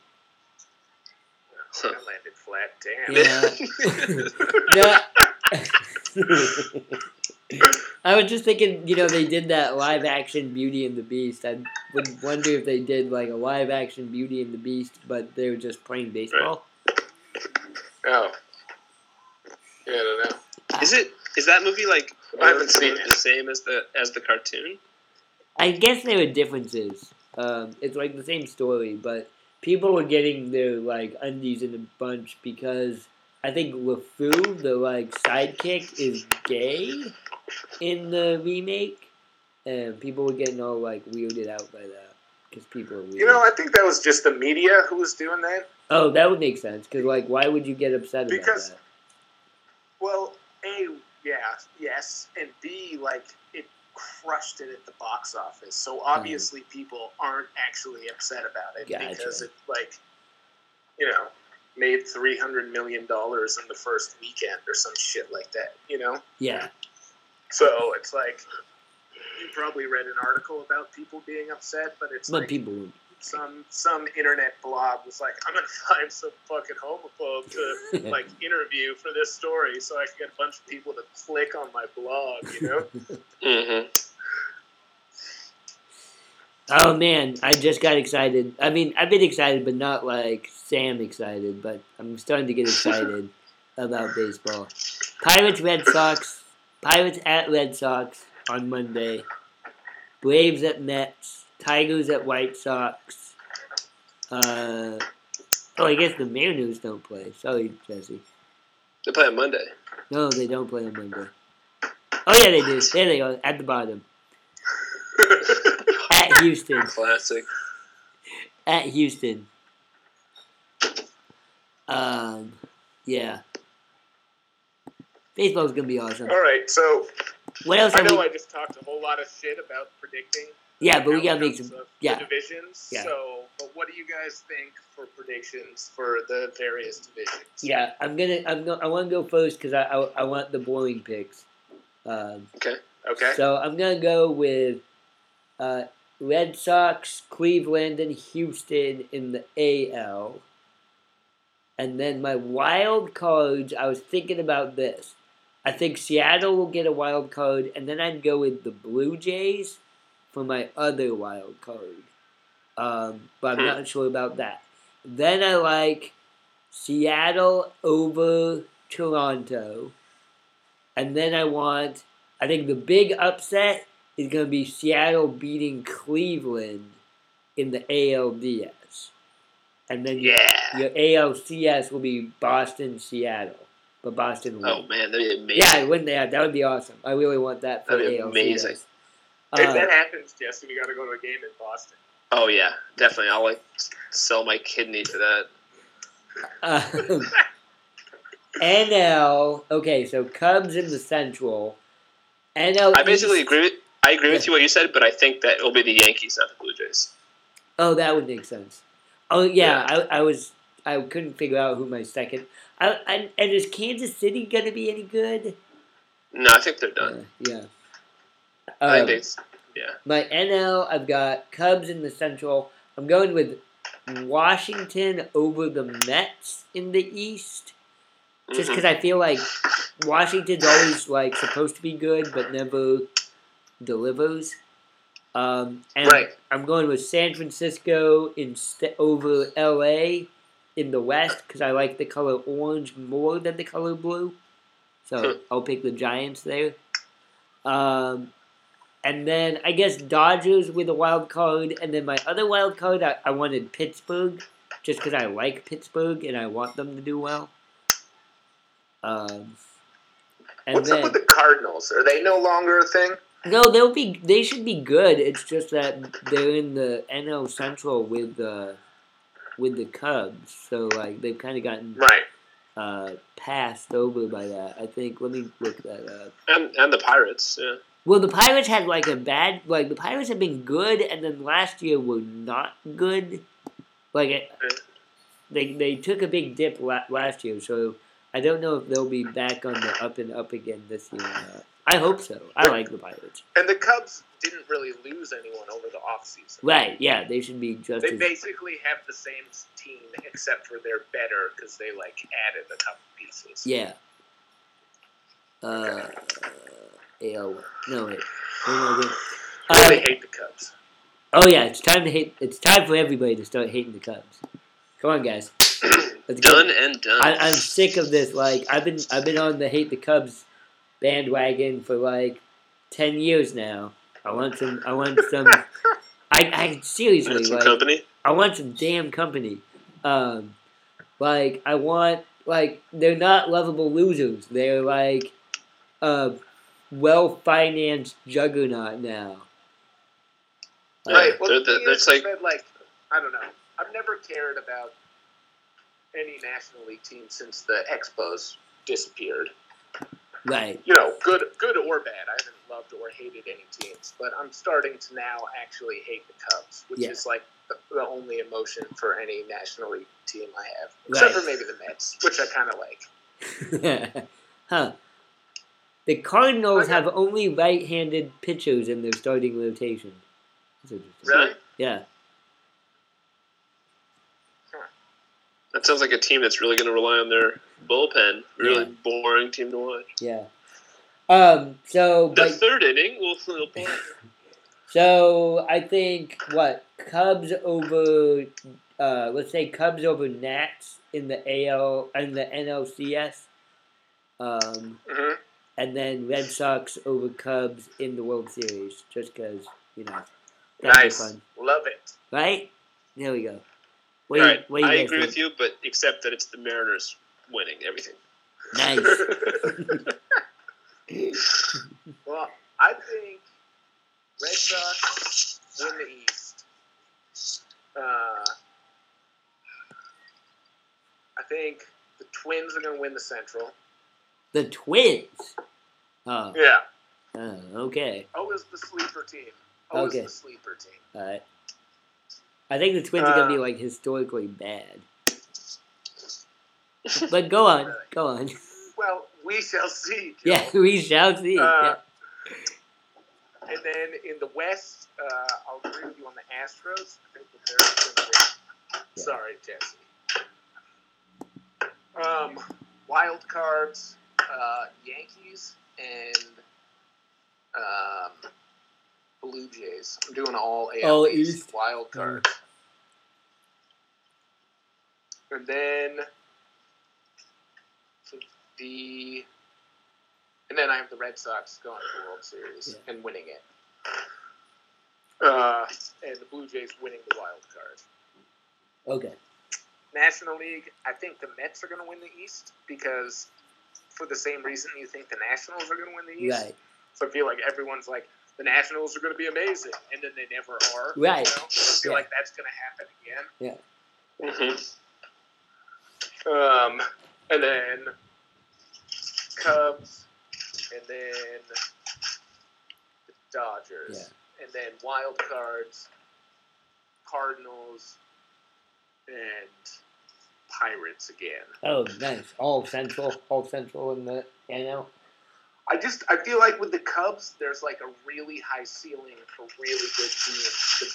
Speaker 2: I landed flat. Damn.
Speaker 3: Yeah. Yeah. *laughs* I was just thinking, you know, they did that live action Beauty and the Beast. I would wonder if they did like a live action Beauty and the Beast, but they were just playing baseball.
Speaker 2: Oh. Yeah, I don't know.
Speaker 1: *laughs* is it is that movie like
Speaker 2: I haven't seen
Speaker 1: the same as the as the cartoon?
Speaker 3: I guess there were differences. Um, it's like the same story, but people were getting their like undies in a bunch because I think LeFou, the like sidekick, is gay in the remake, and people were getting all like weirded out by that because people are weird.
Speaker 2: You know, I think that was just the media who was doing that.
Speaker 3: oh, that would make sense because like, why would you get upset about
Speaker 2: Because-
Speaker 3: that?
Speaker 2: Well, A, yeah, yes. And B, like, it crushed it at the box office.
Speaker 3: Hmm.
Speaker 2: So obviously people aren't actually upset about it
Speaker 3: Gotcha.
Speaker 2: because it, like, you know, made $300 million in the first weekend or some shit like that, you know?
Speaker 3: Yeah,
Speaker 2: So it's like, you probably read an article about people being upset, but it's
Speaker 3: but
Speaker 2: like,
Speaker 3: people,
Speaker 2: some some internet blob was like, I'm gonna *laughs* find some fucking homophobe
Speaker 3: *laughs*
Speaker 2: to like interview for this story, so I can get a bunch of people to click on my blog. You know,
Speaker 3: *laughs*
Speaker 1: Mm-hmm.
Speaker 3: Oh man, I just got excited. I mean, I've been excited, but not like Sam excited. But I'm starting to get excited about baseball. Pirates, Red Sox. Pirates at Red Sox on Monday. Braves at Mets. Tigers at White Sox. Uh, oh, I guess the Mariners don't play. Sorry, Jesse.
Speaker 1: They play on
Speaker 3: *laughs*
Speaker 1: Monday.
Speaker 3: No, they don't play on Monday. Oh yeah, they do. There they are at the bottom. At Houston.
Speaker 1: Classic.
Speaker 3: at Houston. Um, yeah. Baseball's gonna be awesome.
Speaker 2: all right. So
Speaker 3: What else?
Speaker 2: I
Speaker 3: Have
Speaker 2: know
Speaker 3: we,
Speaker 2: I just talked a whole lot of shit about predicting.
Speaker 3: yeah, but we gotta make
Speaker 2: outcomes
Speaker 3: some.
Speaker 2: of
Speaker 3: yeah.
Speaker 2: the divisions.
Speaker 3: Yeah.
Speaker 2: So, but what do you guys think for predictions for the various divisions?
Speaker 3: Yeah, I'm gonna. I'm gonna. I want to go first because I, I I want the boring picks. Um,
Speaker 2: Okay.
Speaker 3: So I'm gonna go with uh, Red Sox, Cleveland, and Houston in the AL. And then my wild cards, I was thinking about this. I think Seattle will get a wild card, and then I'd go with the Blue Jays for my other wild card. Um, but I'm not sure about that. Then I like Seattle over Toronto. And then I want I think the big upset is going to be Seattle beating Cleveland in the ALDS. And then your-
Speaker 1: Yeah.
Speaker 3: your ALCS will be Boston, Seattle. But Boston
Speaker 1: Oh
Speaker 3: won.
Speaker 1: man, that'd be amazing.
Speaker 3: yeah, wouldn't they? That would be awesome. I really want that for
Speaker 1: That'd be
Speaker 3: ALCS.
Speaker 1: amazing.
Speaker 2: if
Speaker 3: Uh,
Speaker 2: that happens, Jesse, we got to go to a game in Boston.
Speaker 1: Oh yeah, definitely. I'll like sell my kidney for that.
Speaker 3: Um, NL. Okay, so Cubs in the Central. NL.
Speaker 1: I basically
Speaker 3: East-
Speaker 1: agree. With, I agree with you what you said, but I think that it'll be the Yankees, not the Blue Jays.
Speaker 3: Oh, that would make sense. Oh yeah, I, I was I couldn't figure out who my second. I, I, and is Kansas City gonna be any good?
Speaker 1: No, I think they're done.
Speaker 3: Uh, yeah.
Speaker 1: I
Speaker 3: Um,
Speaker 1: think it's, yeah.
Speaker 3: my NL, I've got Cubs in the Central. I'm going with Washington over the Mets in the East, just
Speaker 1: Mhm.
Speaker 3: because I feel like Washington's always like supposed to be good, but never delivers. Um, and
Speaker 1: Right.
Speaker 3: I'm going with San Francisco in st- over LA in the West because I like the color orange more than the color blue.
Speaker 1: Hmm.
Speaker 3: So I'll pick the Giants there. Um, and then I guess Dodgers with a wild card. And then my other wild card, I, I wanted Pittsburgh just because I like Pittsburgh and I want them to do well. Um, and
Speaker 2: What's
Speaker 3: then,
Speaker 2: up with the Cardinals? Are they no longer a thing?
Speaker 3: No, they'll be. They should be good. It's just that they're in the NL Central with the with the Cubs, so like they've kind of gotten
Speaker 2: Right.
Speaker 3: uh, passed over by that. I think. Let me look that up.
Speaker 1: And and the Pirates. Yeah. *clears throat*
Speaker 3: Well, the Pirates had like a bad. Like the Pirates have been good, and then last year were not good. Like it, they they took a big dip la- last year, so I don't know if they'll be back on the up and up again this year. Or not. I hope so. I like the Pirates.
Speaker 2: And the Cubs didn't really lose anyone over the offseason.
Speaker 3: Right? Yeah, they should be just
Speaker 2: They
Speaker 3: as
Speaker 2: basically have the same team, except for they're better because they like added a couple pieces.
Speaker 3: Yeah. Uh, AL. No wait. Where am I going?
Speaker 2: I really
Speaker 3: Uh,
Speaker 2: hate the Cubs.
Speaker 3: oh yeah, it's time to hate. It's time for everybody to start hating the Cubs. Come on, guys. Let's go.
Speaker 1: Done and done.
Speaker 3: I, I'm sick of this. Like I've been I've been on the hate the Cubs bandwagon for like ten years now. I want some. I want some. I, I seriously
Speaker 1: And some
Speaker 3: like.
Speaker 1: company.
Speaker 3: I want some damn company. Um, like I want like they're not lovable losers. They're like a well-financed juggernaut now. Uh,
Speaker 1: Right.
Speaker 2: Well,
Speaker 1: They're-
Speaker 2: the thing
Speaker 1: they're-
Speaker 2: is
Speaker 1: it's like-
Speaker 2: that, like, I don't know. I've never cared about any National League team since the Expos disappeared.
Speaker 3: Right.
Speaker 2: you know, good good or bad. I haven't loved or hated any teams, but I'm starting to now actually hate the Cubs, which
Speaker 3: Yeah.
Speaker 2: is like the, the only emotion for any National League team I have, except
Speaker 3: Right.
Speaker 2: for maybe the Mets, which I kind of like.
Speaker 3: huh. The Cardinals
Speaker 2: Okay.
Speaker 3: have only right-handed pitchers in their starting rotation. That's interesting.
Speaker 2: Really?
Speaker 3: Yeah.
Speaker 1: That sounds like a team that's really going to rely on their bullpen. Really boring team to watch.
Speaker 3: Yeah. Um. So,
Speaker 1: The
Speaker 3: but,
Speaker 1: third inning, we'll, we'll play.
Speaker 3: so I think what Cubs over, uh, let's say Cubs over Nats in the AL and the NLCS, um,
Speaker 2: Mm-hmm.
Speaker 1: Mhm.
Speaker 3: and then Red Sox over Cubs in the World Series. Just because you know, that'd be
Speaker 2: Nice.
Speaker 3: fun,
Speaker 2: Love it.
Speaker 3: right? There we go.
Speaker 1: All
Speaker 3: Wait,
Speaker 1: right,
Speaker 3: wait,
Speaker 1: I agree with you, *laughs* but except that it's the Mariners winning everything. Mm-hmm.
Speaker 3: Nice.
Speaker 2: well, I think Red Sox win the East. Uh, I think the Twins are going to win the Central.
Speaker 3: The Twins. Oh,
Speaker 2: Yeah.
Speaker 3: oh, okay.
Speaker 2: Always the sleeper team. Always
Speaker 3: Okay.
Speaker 2: the sleeper team.
Speaker 3: All right. I think the Twins are gonna be
Speaker 2: Uh,
Speaker 3: like historically bad. But go on, go on. *laughs*
Speaker 2: Well, we shall see. Joe.
Speaker 3: Yeah, we shall see.
Speaker 1: Uh,
Speaker 3: Yeah.
Speaker 2: Uh, And then in the West, uh, I'll agree with you on the Astros. I think that they're gonna win.
Speaker 3: Yeah.
Speaker 2: Sorry, Jesse. Um, wild cards, uh, Yankees and um, Blue Jays. I'm doing all AL
Speaker 3: All
Speaker 2: East,
Speaker 3: East.
Speaker 2: wild cards. And then the and then I have the Red Sox going to the World Series and winning it. Uh, and the Blue Jays winning the wild card.
Speaker 3: Okay.
Speaker 2: National League, I think the Mets are going to win the East because for the same reason you think the Nationals are going to win the East.
Speaker 3: Right.
Speaker 2: So I feel like everyone's like, the Nationals are going to be amazing, and then they never are.
Speaker 3: Right.
Speaker 2: You know? So I feel
Speaker 3: Yeah.
Speaker 2: like that's going to happen again.
Speaker 1: Mhm.
Speaker 2: Um, and then Cubs, and then the Dodgers, and then wild cards, Cardinals, and Pirates again.
Speaker 3: Oh, nice. All central, all central in the NL.
Speaker 2: I just I feel like with the Cubs, there's like a really high ceiling for really good teams to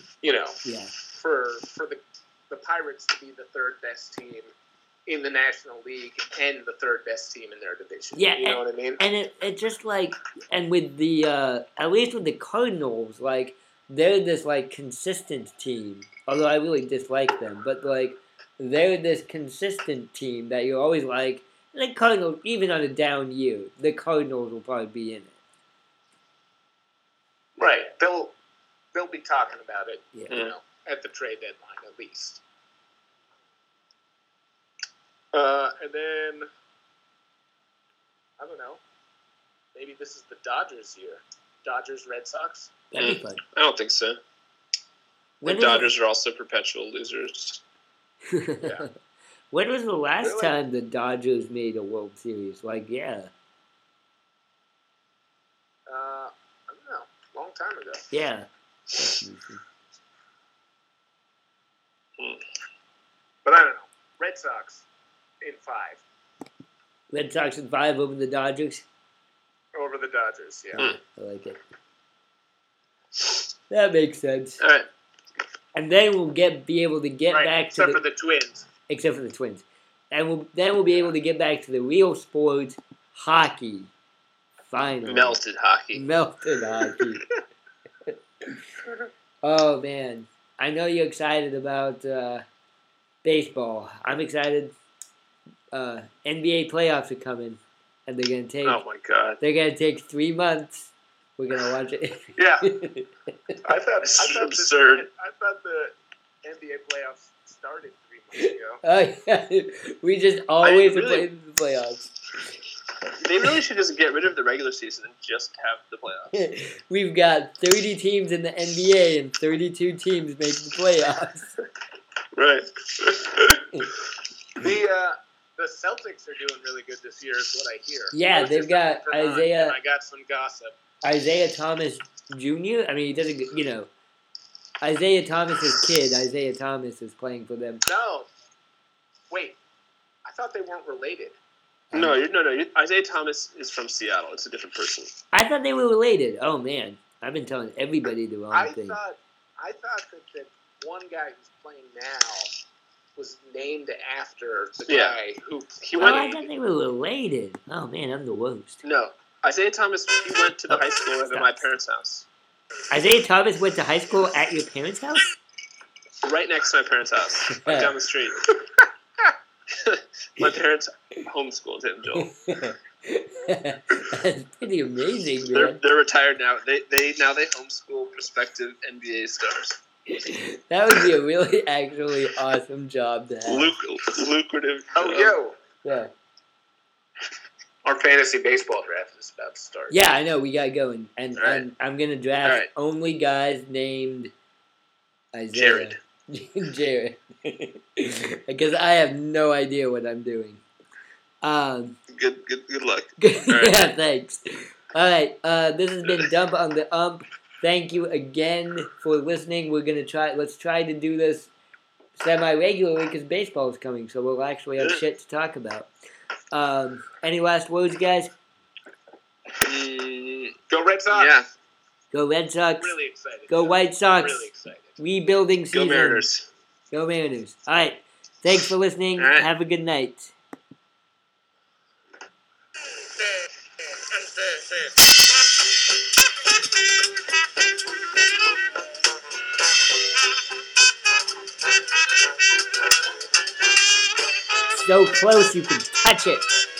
Speaker 2: be, you know,
Speaker 3: Yeah.
Speaker 2: for for the the Pirates to be the third best team in the National League and the third best team in their division.
Speaker 3: Yeah,
Speaker 2: you know what I mean.
Speaker 3: And it, it just like and with the uh at least with the Cardinals, like they're this like consistent team. Although I really dislike them, but like they're this consistent team that you're always like the Cardinals even on a down year, the Cardinals will probably be in it.
Speaker 2: Right, they'll they'll be talking about it,
Speaker 3: Yeah.
Speaker 2: you know, at the trade deadline at least. Uh, and then I don't know, maybe this is the Dodgers' year. Dodgers, Red Sox.
Speaker 3: That'd be fun.
Speaker 1: I don't think so. The
Speaker 3: When was-
Speaker 1: Dodgers are also perpetual losers.
Speaker 3: *laughs*
Speaker 2: yeah.
Speaker 3: when was the last
Speaker 2: Really?
Speaker 3: time the Dodgers made a World Series? Like, yeah.
Speaker 2: Uh, I don't know, long time ago. *sighs*
Speaker 3: Yeah.
Speaker 2: But I don't know. Red Sox in five
Speaker 3: Red Sox and five over the Dodgers.
Speaker 2: over the Dodgers. Yeah.
Speaker 1: Hmm.
Speaker 3: I like it. That makes sense.
Speaker 1: All right.
Speaker 3: And then we'll get be able to get
Speaker 2: right.
Speaker 3: back to
Speaker 2: except
Speaker 3: the,
Speaker 2: for the Twins.
Speaker 3: except for the Twins, and we'll then we'll be able to get back to the real sport, hockey. Finally,
Speaker 1: Melted hockey.
Speaker 3: melted hockey. oh man, I know you're excited about uh, baseball. I'm excited. Uh, NBA playoffs are coming, and they're gonna take
Speaker 1: Oh my god.
Speaker 3: they're gonna take three months. We're gonna watch it. *laughs*
Speaker 2: Yeah. I thought, I
Speaker 1: This is
Speaker 2: thought the-
Speaker 1: absurd.
Speaker 2: I thought the NBA playoffs started three months ago.
Speaker 3: *laughs* oh yeah, we just always
Speaker 1: really-
Speaker 3: play the playoffs.
Speaker 1: They really should just get rid of the regular season and just have the playoffs.
Speaker 3: We've got 30 teams in the NBA and 32 teams make the playoffs.
Speaker 1: Right.
Speaker 2: The uh, the Celtics are doing really good this year, is what I hear.
Speaker 3: Yeah,
Speaker 2: I was
Speaker 3: they've
Speaker 2: just looking
Speaker 3: got
Speaker 2: for mine,
Speaker 3: Isaiah-
Speaker 2: and I got some gossip.
Speaker 3: Isaiah Thomas Jr. I mean, he doesn't. You know, Isaiah Thomas's kid, Isaiah Thomas, is playing for them.
Speaker 2: No, wait, I thought they weren't related.
Speaker 1: *laughs* no, you're, no, no. you Isaiah Thomas is from Seattle. It's a different person.
Speaker 3: I thought they were related. Oh man, I've been telling everybody the wrong
Speaker 2: I
Speaker 3: thing.
Speaker 2: thought I thought that the one guy who's playing now was named after the
Speaker 1: Yeah.
Speaker 2: guy who
Speaker 1: He
Speaker 3: Oh,
Speaker 1: went.
Speaker 3: I thought they were related. Oh man, I'm the worst.
Speaker 1: No, Isaiah Thomas. He went to the
Speaker 3: Oh,
Speaker 1: high school at
Speaker 3: stop.
Speaker 1: my parents' house,
Speaker 3: Isaiah Thomas went to high school at your parents' house. *laughs*
Speaker 1: right next to my parents' house, like down the street. *laughs* my parents homeschooled him, Joel.
Speaker 3: That's pretty amazing,
Speaker 1: They're,
Speaker 3: man.
Speaker 1: they're retired now. They, they now they homeschool prospective NBA stars.
Speaker 3: *laughs* That would be a really actually awesome job to have.
Speaker 1: Luc- lucrative. uh,
Speaker 2: Oh, yo.
Speaker 3: Yeah.
Speaker 2: Our fantasy baseball draft is about to start.
Speaker 3: Yeah, I know. We got going, and
Speaker 1: All right.
Speaker 3: and I'm gonna draft
Speaker 1: All right.
Speaker 3: only guys named Isaiah.
Speaker 1: Jared.
Speaker 3: *laughs* Jared. Because I have no idea what I'm doing. Um.
Speaker 1: Good, good, good luck.
Speaker 3: *laughs*
Speaker 1: right.
Speaker 3: yeah. Thanks. All right. Uh, this has been dump on the ump. Thank you again for listening. We're gonna try. Let's try to do this semi regularly because baseball is coming, so we'll actually have
Speaker 1: Yeah.
Speaker 3: shit to talk about. Um, any last words, guys?
Speaker 1: Mm,
Speaker 2: Go Red Sox.
Speaker 1: yeah,
Speaker 3: Go Red Sox.
Speaker 2: Really excited.
Speaker 3: Go White Sox.
Speaker 2: Really excited.
Speaker 3: rebuilding
Speaker 1: go
Speaker 3: season.
Speaker 1: Mariners.
Speaker 3: Go Mariners. All right. Thanks for listening.
Speaker 1: All right.
Speaker 3: Have a good night. So close you can touch it.